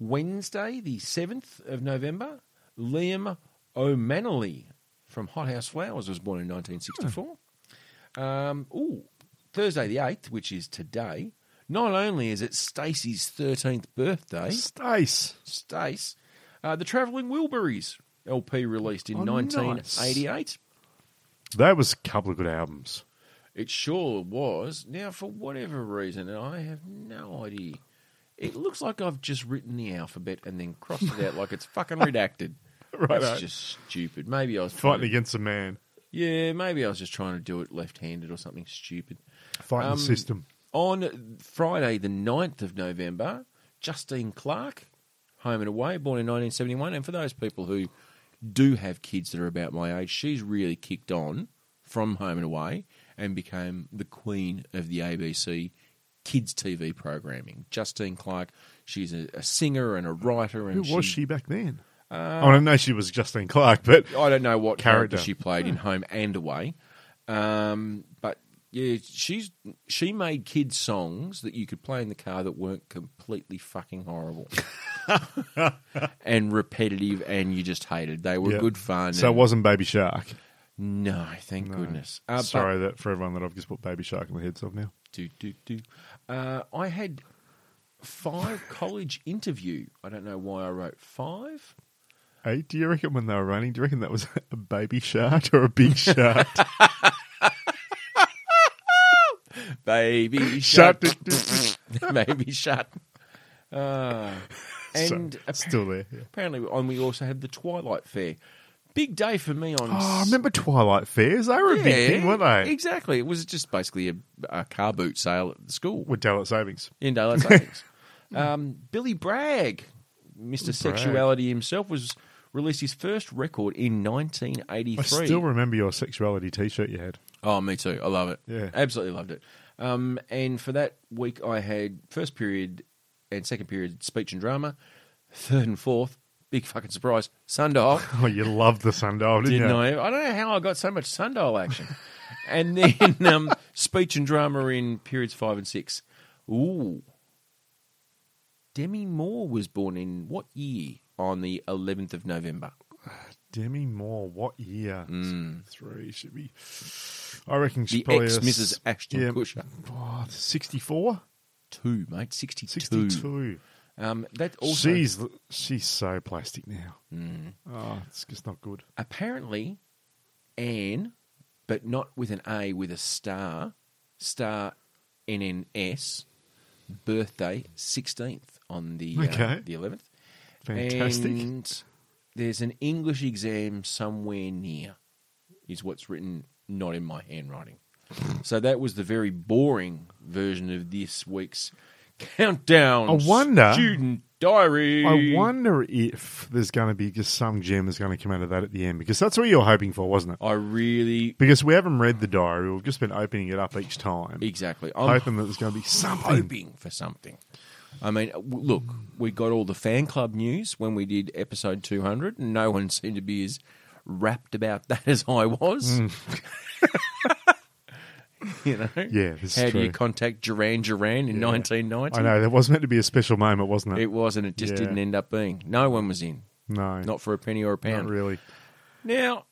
Speaker 1: Wednesday, the seventh of November, Liam O'Malley from Hot House Flowers was born in 1964.
Speaker 2: Hmm.
Speaker 1: Um, ooh, Thursday the eighth, which is today. Not only is it Stacey's 13th birthday,
Speaker 2: Stace.
Speaker 1: Stace, uh, the Travelling Wilburys LP released in
Speaker 2: Oh, nice.
Speaker 1: 1988.
Speaker 2: That was a couple of good albums.
Speaker 1: It sure was. Now, for whatever reason, and I have no idea, it looks like I've just written the alphabet and then crossed it out like it's fucking redacted.
Speaker 2: Right.
Speaker 1: That's just stupid. Maybe I was trying
Speaker 2: Fighting
Speaker 1: to-
Speaker 2: against a man.
Speaker 1: yeah, maybe I was just trying to do it left-handed or something stupid.
Speaker 2: Fighting
Speaker 1: Um,
Speaker 2: the system.
Speaker 1: On Friday, the 9th of November, Justine Clark, home and away, born in 1971. And for those people who do have kids that are about my age, she's really kicked on from home and away and became the queen of the ABC kids TV programming. Justine Clark, she's a, a singer and a writer.
Speaker 2: Who
Speaker 1: And Uh,
Speaker 2: was she back then? I don't know she was Justine Clark, but
Speaker 1: I don't know what character,
Speaker 2: Character. Hmm.
Speaker 1: she played in Home and Away, um, but yeah, she's she made kids songs that you could play in the car that weren't completely fucking horrible and repetitive, and you just hated. They were
Speaker 2: Yeah.
Speaker 1: good fun.
Speaker 2: so it
Speaker 1: and-
Speaker 2: wasn't Baby Shark.
Speaker 1: no, thank goodness. Uh, but-
Speaker 2: Sorry that for everyone that I've just put Baby Shark in the heads of now.
Speaker 1: do, do, do. Uh, I had five college interview. I don't know why I wrote five.
Speaker 2: Hey, do you reckon when they were running, do you reckon that was a baby shark or a big shark?
Speaker 1: Baby
Speaker 2: Shark
Speaker 1: shut. Baby shut. Ah.
Speaker 2: So,
Speaker 1: And appar-
Speaker 2: still there. yeah.
Speaker 1: apparently, and we also had the Twilight Fair. Big day for me on.
Speaker 2: Oh, I remember Twilight Fairs? They were a big thing, weren't they?
Speaker 1: Exactly. It was just basically a, a car boot sale at the school
Speaker 2: With daylight savings.
Speaker 1: in daylight savings. um, Billy Bragg, Mr. Sexuality himself, was released his first record in
Speaker 2: I
Speaker 1: 1983.
Speaker 2: still remember your sexuality T-shirt you had.
Speaker 1: Oh, me too. I love it.
Speaker 2: Yeah.
Speaker 1: absolutely loved it. Um, and for that week, I had first period and second period speech and drama, third and fourth. Big fucking surprise, Sundial.
Speaker 2: Oh, you loved the sundial, didn't,
Speaker 1: Didn't
Speaker 2: you?
Speaker 1: I? I don't know how I got so much Sundial action. and then um, speech and drama in periods five and six. Ooh. Demi Moore was born in what year? On the 11th of November.
Speaker 2: Demi Moore, what year?
Speaker 1: Mm.
Speaker 2: Three should be. I reckon she's
Speaker 1: The
Speaker 2: probably
Speaker 1: ex
Speaker 2: a
Speaker 1: Mrs.
Speaker 2: s-
Speaker 1: Ashton
Speaker 2: yeah.
Speaker 1: Kutcher.
Speaker 2: oh, 64?
Speaker 1: Two, mate. 62.
Speaker 2: 62.
Speaker 1: Um, that also
Speaker 2: she's she's so plastic now.
Speaker 1: Mm.
Speaker 2: Oh, it's just not good.
Speaker 1: apparently Anne, but not with an A, with a star, star NNS, birthday 16th on the uh,
Speaker 2: Okay.
Speaker 1: the 11th.
Speaker 2: Fantastic.
Speaker 1: And there's an English exam somewhere near, is what's written not in my handwriting. so that was the very boring version of this week's countdown.
Speaker 2: I wonder-
Speaker 1: Student diary.
Speaker 2: I wonder if there's going to be just some gem that's going to come out of that at the end because that's what you were hoping for, wasn't it?
Speaker 1: I really
Speaker 2: Because we haven't read the diary, we've just been opening it up each time,
Speaker 1: exactly. I'm
Speaker 2: hoping that there's going to be something.
Speaker 1: hoping for something. I mean, w- look, we got all the fan club news when we did episode 200, and no one seemed to be as rapt about that as I was. you know?
Speaker 2: Mm. Yeah, this is
Speaker 1: How do you
Speaker 2: true.
Speaker 1: contact Duran Duran in 1990?
Speaker 2: I know that was meant to be a special moment, wasn't it?
Speaker 1: It was, and it just
Speaker 2: Yeah.
Speaker 1: didn't end up being. No one was in,
Speaker 2: no,
Speaker 1: not for a penny or a
Speaker 2: not
Speaker 1: pound.
Speaker 2: really.
Speaker 1: Now,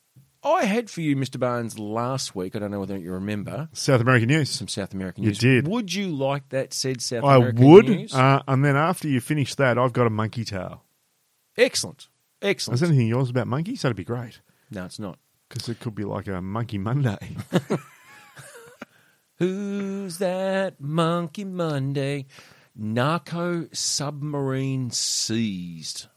Speaker 1: I had for you, Mr. Barnes, last week, I don't know whether you remember,
Speaker 2: South American news.
Speaker 1: some South American
Speaker 2: You
Speaker 1: news.
Speaker 2: did.
Speaker 1: Would you like that said South
Speaker 2: I
Speaker 1: American
Speaker 2: would,
Speaker 1: news?
Speaker 2: uh, and then after you finish that, I've got a monkey tale.
Speaker 1: Excellent. Excellent.
Speaker 2: Is anything yours about monkeys? That'd be great
Speaker 1: No, it's not.
Speaker 2: because it could be like a Monkey Monday.
Speaker 1: Who's that Monkey Monday? Narco submarine seized.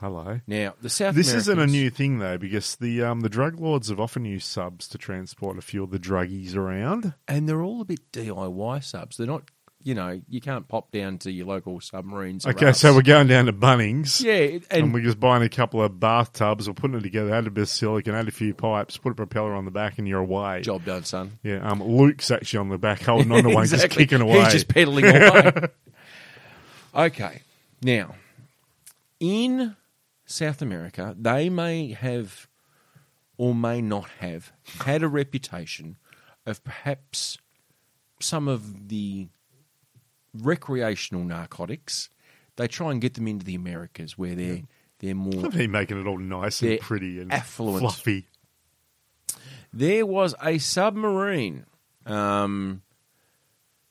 Speaker 2: Hello.
Speaker 1: Now the South.
Speaker 2: This isn't a
Speaker 1: Americans-
Speaker 2: new thing though, because the um, the drug lords have often used subs to transport a few of the druggies around.
Speaker 1: and they're all a bit DIY subs. They're not, you know, you can't pop down to your local submarines.
Speaker 2: Okay, so we're going down to Bunnings,
Speaker 1: yeah, it-
Speaker 2: and,
Speaker 1: and
Speaker 2: we're just buying a couple of bathtubs. We're putting it together, add a bit of silicon, add a few pipes, put a propeller on the back, and you're away.
Speaker 1: job done, son.
Speaker 2: Yeah, um, Luke's actually on the back, holding on to one, just
Speaker 1: Exactly.
Speaker 2: kicking away.
Speaker 1: He's just pedaling away. okay, now in South America, they may have or may not have had a reputation of perhaps some of the recreational narcotics. They try and get them into the Americas where they're they're more
Speaker 2: They're making it all nice and
Speaker 1: They're
Speaker 2: pretty and
Speaker 1: affluent.
Speaker 2: fluffy.
Speaker 1: There was a submarine. Um,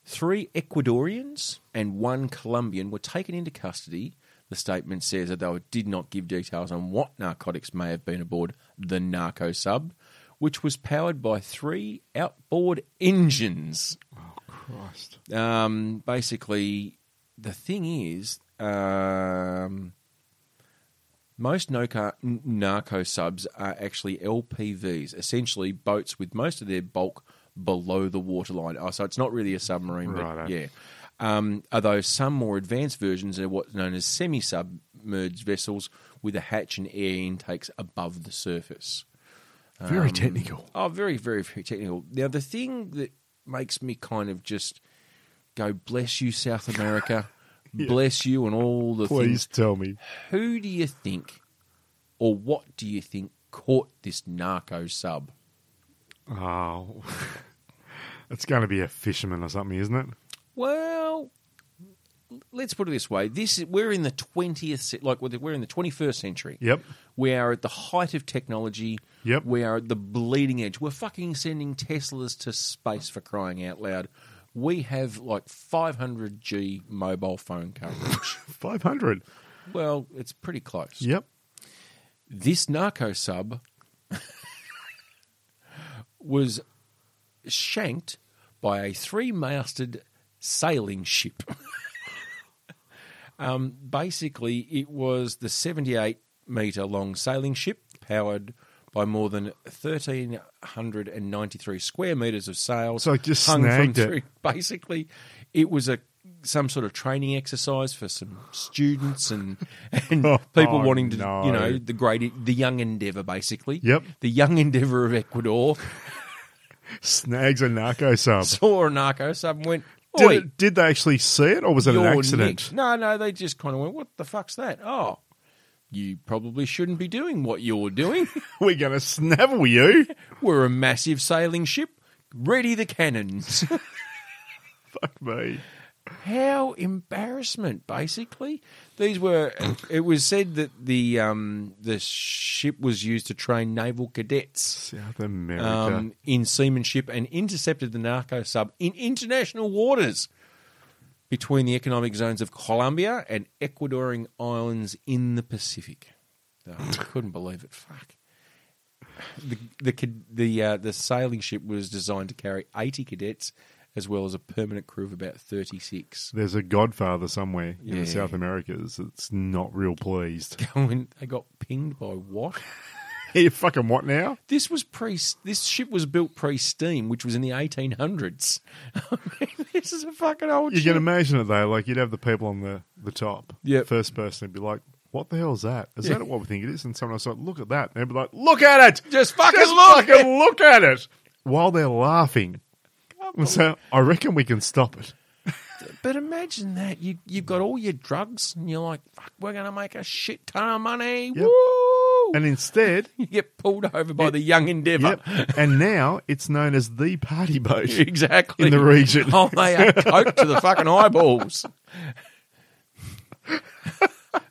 Speaker 1: three Ecuadorians and one Colombian were taken into custody. The statement says that they did not give details on what narcotics may have been aboard the narco sub, which was powered by three outboard engines.
Speaker 2: Christ.
Speaker 1: Um, basically, the thing is, um, most narco, n- narco subs are actually LPVs, essentially boats with most of their bulk below the waterline. Oh, so it's not really a submarine, but
Speaker 2: Righto.
Speaker 1: yeah. Um, although some more advanced versions are what's known as semi-submerged vessels with a hatch and air intakes above the surface.
Speaker 2: Very technical.
Speaker 1: Oh, very, very, very technical. Now, the thing that makes me kind of just go, bless you, South America, bless you, and all the
Speaker 2: Please
Speaker 1: things.
Speaker 2: tell me.
Speaker 1: Who do you think, or what do you think, caught this narco sub?
Speaker 2: Oh, it's going to be a fisherman or something, isn't it?
Speaker 1: Well, l- let's put it this way: this is, we're in the twentieth, ce- like we're the- we're in the twenty-first century.
Speaker 2: Yep.
Speaker 1: We are at the height of technology.
Speaker 2: Yep.
Speaker 1: We are at the bleeding edge. We're fucking sending Teslas to space for crying out loud. We have like 500G mobile phone coverage.
Speaker 2: 500.
Speaker 1: well, it's pretty close.
Speaker 2: Yep.
Speaker 1: This narco sub was shanked by a three masted sailing ship. Um, basically, it was the 78 metre long sailing ship powered by more than 1,393 square metres of sail.
Speaker 2: So it just
Speaker 1: hung from
Speaker 2: snagged it.
Speaker 1: three- Basically, it was a some sort of training exercise for some students and and people
Speaker 2: Oh,
Speaker 1: wanting to
Speaker 2: no.
Speaker 1: you know the great the young endeavor basically
Speaker 2: Yep.
Speaker 1: the young endeavor of ecuador
Speaker 2: Snags a narco sub.
Speaker 1: saw a narco sub and went
Speaker 2: Did,
Speaker 1: oi
Speaker 2: it- did they actually see it, or was it an
Speaker 1: you're
Speaker 2: accident?
Speaker 1: nicked. No, no, they just kind of went, "What the fuck's that?" Oh, you probably shouldn't be doing what you're doing.
Speaker 2: We're going to snavel you.
Speaker 1: We're a massive sailing ship. Ready the cannons.
Speaker 2: Fuck me.
Speaker 1: How embarrassment! Basically, these were. It was said that the um, the ship was used to train naval cadets
Speaker 2: South America.
Speaker 1: um, in seamanship and intercepted the narco sub in international waters between the economic zones of Colombia and Ecuadorian islands in the Pacific. Oh, I couldn't believe it. Fuck. The the cad- the, uh, the sailing ship was designed to carry eighty cadets, as well as a permanent crew of about thirty six.
Speaker 2: There's a godfather somewhere in
Speaker 1: Yeah.
Speaker 2: the South Americas that's not real pleased.
Speaker 1: Going, they got pinged by what?
Speaker 2: you fucking what now?
Speaker 1: This was pre. This ship was built pre steam, which was in the eighteen hundreds. I mean, this is a fucking old.
Speaker 2: You
Speaker 1: ship.
Speaker 2: can imagine it though. Like you'd have the people on the the top.
Speaker 1: Yep.
Speaker 2: First person would be like, "What the hell is that? Is
Speaker 1: Yeah.
Speaker 2: that what we think it is?" And someone else like, "Look at that!" And they'd be like, "Look at it!
Speaker 1: Just fucking
Speaker 2: Just
Speaker 1: look!
Speaker 2: fucking look at it!" While they're laughing.
Speaker 1: believe-
Speaker 2: So I reckon we can stop it.
Speaker 1: But imagine that you you've got all your drugs and you're like, fuck, we're gonna make a shit ton of money. Woo!
Speaker 2: And instead,
Speaker 1: you get pulled over by the young endeavour.
Speaker 2: yep. And now it's known as the party boat.
Speaker 1: Exactly.
Speaker 2: In the region.
Speaker 1: Oh, they are coked to the fucking eyeballs.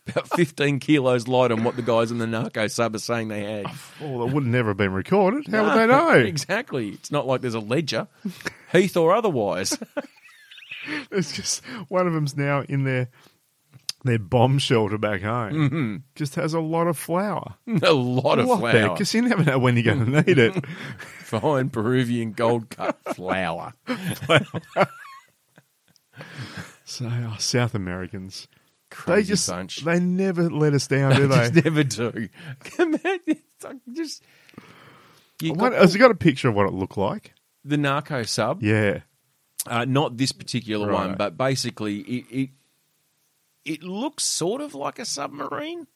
Speaker 1: About 15 kilos light on what the guys in the narco sub are saying they
Speaker 2: Oh,
Speaker 1: had.
Speaker 2: Well, that would never have been recorded. How would they know?
Speaker 1: Exactly. It's not like there's a ledger, Heath or otherwise.
Speaker 2: It's just one of them's now in their their bomb shelter back home. Just has a lot of flour.
Speaker 1: Mm-hmm. a lot of flour. Mm.
Speaker 2: because you never know when you're going to need it.
Speaker 1: Fine Peruvian gold cut flour.
Speaker 2: so oh, South Americans,
Speaker 1: Crazy
Speaker 2: they just
Speaker 1: bunch.
Speaker 2: they never let us down, do they?
Speaker 1: just never do. Come on, it's like just you
Speaker 2: What,
Speaker 1: got
Speaker 2: has it got a picture of what it looked like?
Speaker 1: the narco sub,
Speaker 2: Yeah,
Speaker 1: uh, not this particular
Speaker 2: Right.
Speaker 1: one, but basically it, it it looks sort of like a submarine,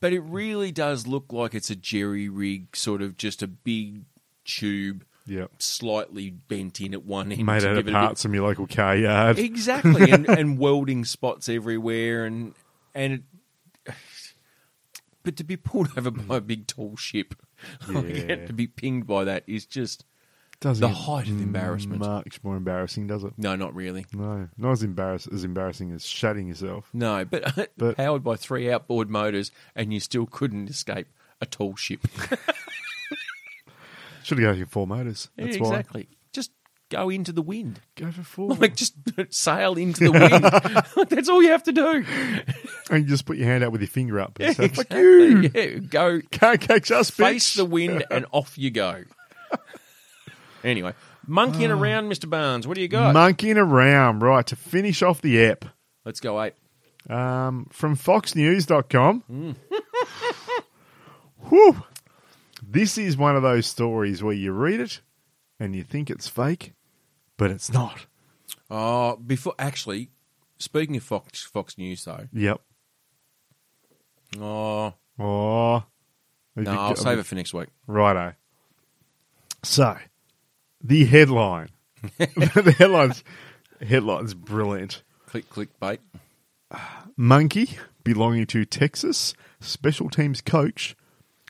Speaker 1: but it really does look like it's a jerry rig, sort of just a big tube,
Speaker 2: yeah,
Speaker 1: slightly bent in at one end,
Speaker 2: made
Speaker 1: to
Speaker 2: out of
Speaker 1: give it a bit-
Speaker 2: parts from your local car yard.
Speaker 1: Exactly, and, and welding spots everywhere, and and it, but to be pulled over by a big tall ship,
Speaker 2: Yeah.
Speaker 1: to be pinged by that is just
Speaker 2: Doesn't
Speaker 1: the
Speaker 2: get
Speaker 1: height of embarrassment.
Speaker 2: Much more embarrassing, does it?
Speaker 1: no, not really.
Speaker 2: No, not as embarrass as embarrassing as shutting yourself.
Speaker 1: No, but,
Speaker 2: But-
Speaker 1: powered by three outboard motors, and you still couldn't escape a tall ship.
Speaker 2: Should have gone for four motors. That's why.
Speaker 1: exactly. Just go into the wind.
Speaker 2: Go for four.
Speaker 1: Like just sail into the wind. Like, That's all you have to do.
Speaker 2: And you just put your hand out with your finger up. And say, Fuck
Speaker 1: Exactly.
Speaker 2: you!
Speaker 1: Yeah, go
Speaker 2: Can't catch us,
Speaker 1: face
Speaker 2: bitch.
Speaker 1: the wind and off you go. anyway, monkeying
Speaker 2: Oh.
Speaker 1: around, Mr. Barnes. What do you got?
Speaker 2: Monkeying around, right, to finish off the ep.
Speaker 1: Let's go eight.
Speaker 2: Um, from foxnews.com. Whew. This is one of those stories where you read it and you think it's fake, but it's not.
Speaker 1: Oh, before actually, speaking of Fox Fox News though,
Speaker 2: Yep.
Speaker 1: oh
Speaker 2: Oh.
Speaker 1: no, I'll save it for next week.
Speaker 2: Righto. So, the headline. the headline's, headline's brilliant.
Speaker 1: Click click bait.
Speaker 2: Monkey belonging to Texas special teams coach,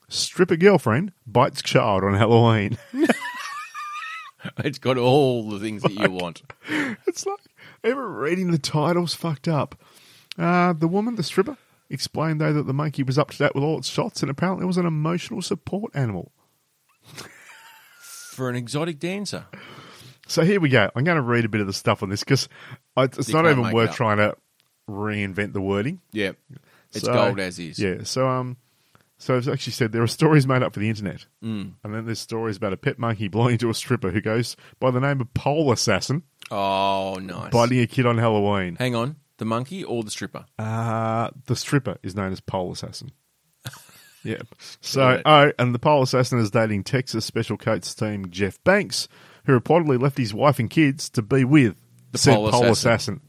Speaker 2: stripper girlfriend bites child on Halloween.
Speaker 1: It's got all the things that you want.
Speaker 2: it's like ever reading the titles fucked up. Uh, the woman, the stripper, explained though that the monkey was up to date with all its shots and apparently was an emotional support animal.
Speaker 1: For an exotic dancer.
Speaker 2: So here we go. I'm going to read a bit of the stuff on this because it's
Speaker 1: You
Speaker 2: not
Speaker 1: can't
Speaker 2: even
Speaker 1: make
Speaker 2: worth
Speaker 1: up.
Speaker 2: trying to reinvent the wording.
Speaker 1: Yeah. It's
Speaker 2: So-
Speaker 1: gold as is.
Speaker 2: Yeah. So um, so it's actually said there are stories made up for the internet, mm. and then there's stories about a pet monkey belonging to a stripper who goes by the name of Pole Assassin,
Speaker 1: Oh nice.
Speaker 2: biting a kid on Halloween.
Speaker 1: Hang on. The monkey or the stripper?
Speaker 2: Uh, the stripper is known as Pole Assassin. yeah. So,
Speaker 1: Right.
Speaker 2: oh, and the Pole Assassin is dating Texas Special Coats team Jeff Banks, who reportedly left his wife and kids to be with
Speaker 1: The
Speaker 2: said
Speaker 1: Pole
Speaker 2: Pole,
Speaker 1: Assassin.
Speaker 2: Assassin.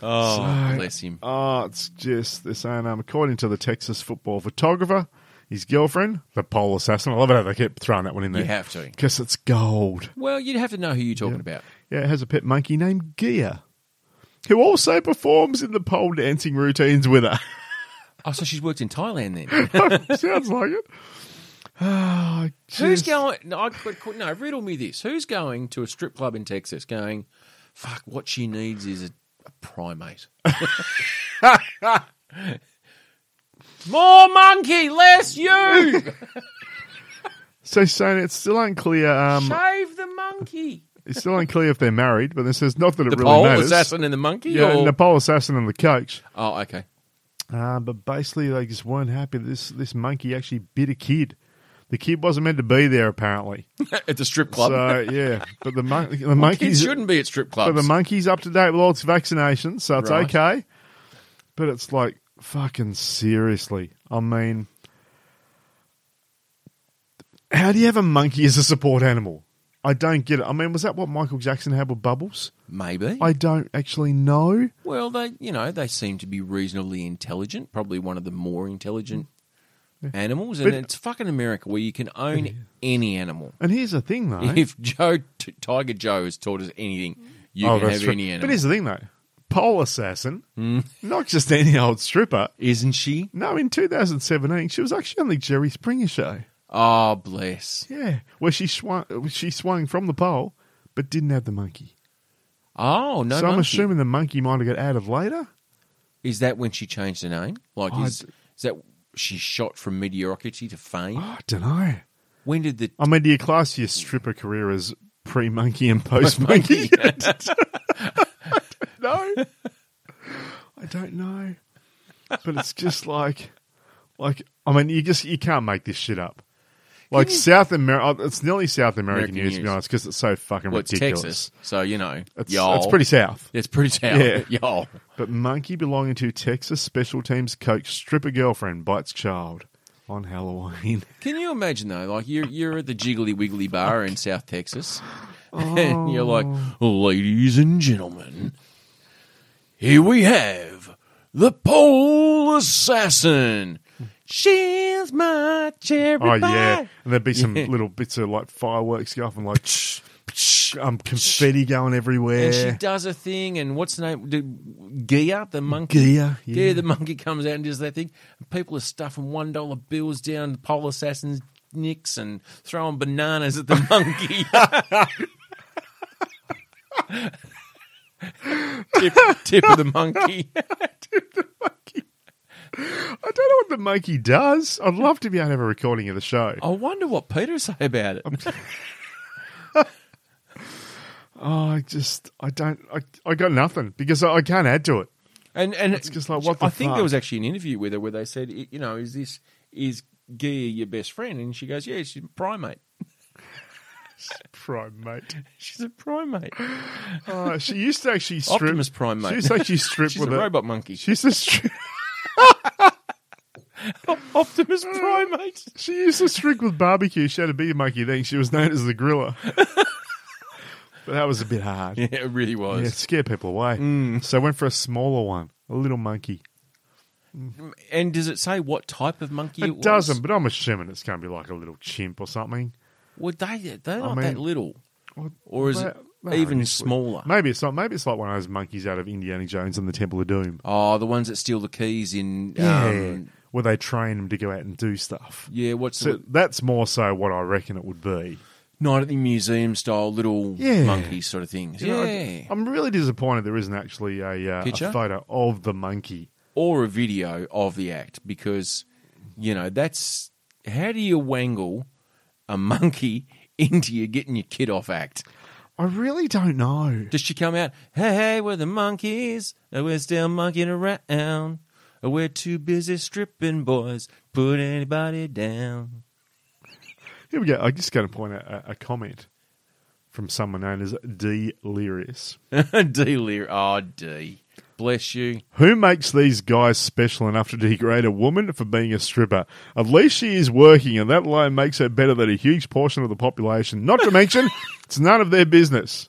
Speaker 1: Oh,
Speaker 2: So-
Speaker 1: bless him.
Speaker 2: Oh, it's just, they're saying, um, according to the Texas football photographer, his girlfriend, the Pole Assassin, I love it how they kept throwing that one in there.
Speaker 1: You have to.
Speaker 2: Because it's gold.
Speaker 1: Well, you'd have to know who you're talking about.
Speaker 2: Yeah, it has a pet monkey named Gia, who also performs in the pole dancing routines with her.
Speaker 1: Oh, so she's worked in Thailand then.
Speaker 2: Sounds like it. Ah,
Speaker 1: Who's
Speaker 2: jeez.
Speaker 1: going? No, I could, could- no, riddle me this. Who's going to a strip club in Texas going, fuck, what she needs is a, a primate? More monkey, less you!
Speaker 2: So saying it's still unclear. Um,
Speaker 1: Shave the monkey.
Speaker 2: it's still unclear if they're married, but this says not that it
Speaker 1: The
Speaker 2: really
Speaker 1: pole,
Speaker 2: matters.
Speaker 1: assassin, and the monkey?
Speaker 2: Yeah,
Speaker 1: or-
Speaker 2: and the pole assassin and the coach.
Speaker 1: oh, okay.
Speaker 2: Uh, but basically, they just weren't happy. that This this monkey actually bit a kid. The kid wasn't meant to be there, apparently.
Speaker 1: at the strip club.
Speaker 2: so yeah, but the monkey the
Speaker 1: Kids
Speaker 2: monkey's
Speaker 1: shouldn't be at strip
Speaker 2: but
Speaker 1: clubs.
Speaker 2: the monkey's up to date with all its vaccinations, so it's
Speaker 1: Right.
Speaker 2: okay. But it's like fucking seriously. I mean, how do you have a monkey as a support animal? I don't get it. I mean, was that what Michael Jackson had with Bubbles?
Speaker 1: Maybe.
Speaker 2: I don't actually know.
Speaker 1: well, they you know they seem to be reasonably intelligent. Probably one of the more intelligent animals, and
Speaker 2: Mm. But-
Speaker 1: it's fucking America where you can own any animal.
Speaker 2: And here's the thing, though.
Speaker 1: If Joe T- Tiger Joe has taught us anything, you
Speaker 2: Oh,
Speaker 1: can
Speaker 2: that's
Speaker 1: have
Speaker 2: right.
Speaker 1: any Hmm.
Speaker 2: But
Speaker 1: animal.
Speaker 2: here's the thing, though. Pole assassin, not just any old stripper.
Speaker 1: Isn't she?
Speaker 2: No, in 2017, she was actually on the Jerry Springer show.
Speaker 1: Oh, bless.
Speaker 2: Yeah, where she swung, she swung from the pole, but didn't have the monkey.
Speaker 1: Oh no.
Speaker 2: so I'm
Speaker 1: monkey.
Speaker 2: assuming the monkey might have got added later.
Speaker 1: is that when she changed her name? Like
Speaker 2: I
Speaker 1: is,
Speaker 2: d-
Speaker 1: is that she shot from mediocrity to fame?
Speaker 2: Oh, I don't know.
Speaker 1: When did the
Speaker 2: I mean, do you class your stripper career as pre-monkey and post-monkey? I don't know. I don't know. But it's just like, like I mean, you just you can't make this shit up. Like
Speaker 1: you-
Speaker 2: South America, it's nearly South American,
Speaker 1: American
Speaker 2: news, to be
Speaker 1: news.
Speaker 2: honest, because it's so fucking
Speaker 1: well, it's
Speaker 2: ridiculous.
Speaker 1: Texas? So you know,
Speaker 2: It's,
Speaker 1: y'all.
Speaker 2: it's pretty south.
Speaker 1: It's pretty sound.
Speaker 2: Yeah.
Speaker 1: Y'all.
Speaker 2: But monkey belonging to Texas special teams coach stripper girlfriend bites child on Halloween.
Speaker 1: Can you imagine though? Like you're you're at the Jiggly Wiggly bar in South Texas,
Speaker 2: Oh.
Speaker 1: and you're like, ladies and gentlemen, here we have the pole assassin. She's my cherry
Speaker 2: Oh
Speaker 1: pie.
Speaker 2: yeah, and there'd be some
Speaker 1: Yeah.
Speaker 2: little bits of like fireworks go off and like um confetti
Speaker 1: And
Speaker 2: going
Speaker 1: she
Speaker 2: everywhere.
Speaker 1: does a thing, and what's the name? Do- Gia the monkey.
Speaker 2: Gia, yeah.
Speaker 1: Gia the monkey comes out and does that thing. And people are stuffing one dollar bills down the pole assassin's nicks and throwing bananas at the monkey. tip, tip of the monkey.
Speaker 2: I don't know what the monkey does. I'd love to be able to have a recording of the show.
Speaker 1: I wonder what Peter would say about it.
Speaker 2: Oh, I just I don't I, I got nothing because I, I can't add to it.
Speaker 1: And and
Speaker 2: It's just like, what the
Speaker 1: I think
Speaker 2: fuck?
Speaker 1: there was actually an interview with her where they said, y- you know, is this is Gia your best friend? And she goes, yeah, she's a primate.
Speaker 2: Primate.
Speaker 1: She's a primate.
Speaker 2: Uh, she used to actually strip.
Speaker 1: Optimus Prime,
Speaker 2: She
Speaker 1: mate.
Speaker 2: used to actually strip
Speaker 1: She's
Speaker 2: with
Speaker 1: a robot monkey.
Speaker 2: She used to strip.
Speaker 1: Optimus Prime, mate.
Speaker 2: She used to strip with barbecue. She had a bee monkey then. She was known as the griller. but that was a bit hard.
Speaker 1: Yeah, it really was. Mm.
Speaker 2: Yeah, scare people away. So I went for a smaller one, a little monkey.
Speaker 1: And does it say what type of monkey it,
Speaker 2: It
Speaker 1: was?
Speaker 2: doesn't, but I'm assuming it's going to be like a little chimp or something.
Speaker 1: Well, they they're not
Speaker 2: mean-
Speaker 1: that little,
Speaker 2: Or,
Speaker 1: or is it
Speaker 2: Well, no,
Speaker 1: even
Speaker 2: it's-
Speaker 1: smaller?
Speaker 2: Maybe it's not. Maybe it's like one of those monkeys out of Indiana Jones and the Temple of Doom.
Speaker 1: Oh, the ones that steal the keys in. Um,
Speaker 2: where they train them to go out and do stuff.
Speaker 1: yeah, what's
Speaker 2: So
Speaker 1: the
Speaker 2: that's more so what I reckon it would be.
Speaker 1: night at the museum style little
Speaker 2: Yeah.
Speaker 1: monkey sort of things?
Speaker 2: You know, I-
Speaker 1: yeah,
Speaker 2: I'm really disappointed there isn't actually a, uh,
Speaker 1: Picture?
Speaker 2: a photo of the monkey.
Speaker 1: or a video of the act because you know that's how do you wangle a monkey into you getting your kid off act?
Speaker 2: I really don't know.
Speaker 1: Does she come out? Hey, hey, we're the monkeys. and We're still monkeying around. and We're too busy stripping, boys. Put anybody down.
Speaker 2: Here we go. I just going to point out a, a comment from someone known as D. Lyrius.
Speaker 1: D. Lear. Oh, D. bless you.
Speaker 2: Who makes these guys special enough to degrade a woman for being a stripper? At least she is working, and that alone makes her better than a huge portion of the population. Not to mention, it's none of their business.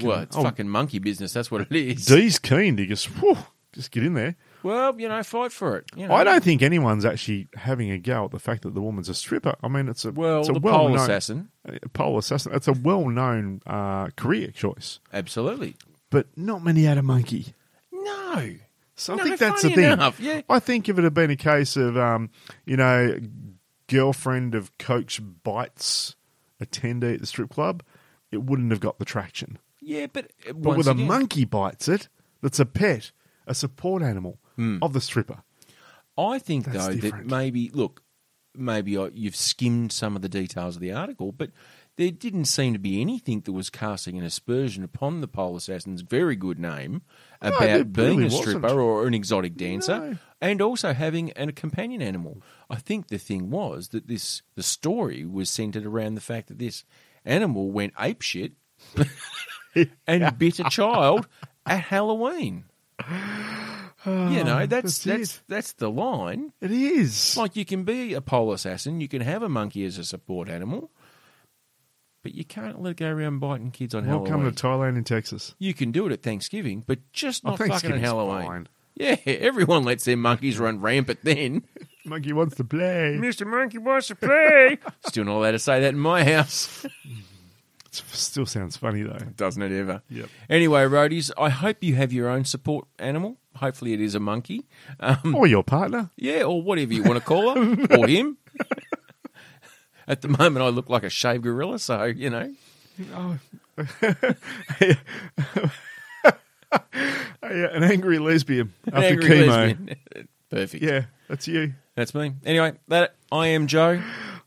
Speaker 1: Well, it's
Speaker 2: oh.
Speaker 1: fucking monkey business. That's what it is.
Speaker 2: D's keen to just, whew, just get in there.
Speaker 1: well, you know, fight for it. You know.
Speaker 2: I don't think anyone's actually having a go at the fact that the woman's a stripper. I mean, it's a
Speaker 1: Well,
Speaker 2: it's a
Speaker 1: the
Speaker 2: well
Speaker 1: pole
Speaker 2: known
Speaker 1: assassin.
Speaker 2: pole assassin. It's a well known uh, career choice,
Speaker 1: Absolutely.
Speaker 2: but not many had a monkey.
Speaker 1: No.
Speaker 2: So I
Speaker 1: No,
Speaker 2: think that's the
Speaker 1: funny
Speaker 2: thing.
Speaker 1: enough, yeah.
Speaker 2: I think if it had been a case of, um, you know, girlfriend of coach bites attendee at the strip club, it wouldn't have got the traction.
Speaker 1: Yeah, but but
Speaker 2: But with a monkey bites it, that's a pet, a support animal
Speaker 1: Hmm.
Speaker 2: of the stripper.
Speaker 1: I think
Speaker 2: That's
Speaker 1: though
Speaker 2: different.
Speaker 1: that maybe look, maybe I, you've skimmed some of the details of the article, but there didn't seem to be anything that was casting an aspersion upon the pole assassin's very good name
Speaker 2: there
Speaker 1: about being
Speaker 2: really
Speaker 1: a stripper
Speaker 2: wasn't.
Speaker 1: or an exotic dancer
Speaker 2: No.
Speaker 1: and also having an, a companion animal. I think the thing was that this the story was centered around the fact that this animal went apeshit and bit a child at Halloween. You know, that's that's
Speaker 2: Ah, it.
Speaker 1: that's the line.
Speaker 2: It is.
Speaker 1: Like you can be a pole assassin, you can have a monkey as a support animal, but you can't let it go around biting kids on
Speaker 2: Welcome
Speaker 1: Halloween.
Speaker 2: to Thailand and Texas.
Speaker 1: you can do it at Thanksgiving, but just
Speaker 2: Oh,
Speaker 1: not fucking at
Speaker 2: Thanksgiving's
Speaker 1: Halloween.
Speaker 2: fine.
Speaker 1: Yeah, everyone lets their monkeys run rampant then.
Speaker 2: Monkey wants to play.
Speaker 1: Mr. Monkey wants to play. Still not allowed to say that in my house.
Speaker 2: It still sounds funny though.
Speaker 1: Doesn't it ever?
Speaker 2: Yep.
Speaker 1: Anyway, roadies, I hope you have your own support animal. Hopefully, it is a monkey. Um,
Speaker 2: Or your partner.
Speaker 1: Yeah, or whatever you want to call her, or him. At the moment, I look like a shaved gorilla, so you know.
Speaker 2: Oh. yeah, an angry lesbian
Speaker 1: an
Speaker 2: after
Speaker 1: angry
Speaker 2: chemo.
Speaker 1: lesbian. Perfect.
Speaker 2: Yeah, that's you.
Speaker 1: That's me. Anyway, that I am Joe,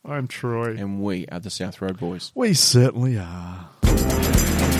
Speaker 2: I'm Troy.
Speaker 1: and we are the South Road Boys.
Speaker 2: We certainly are.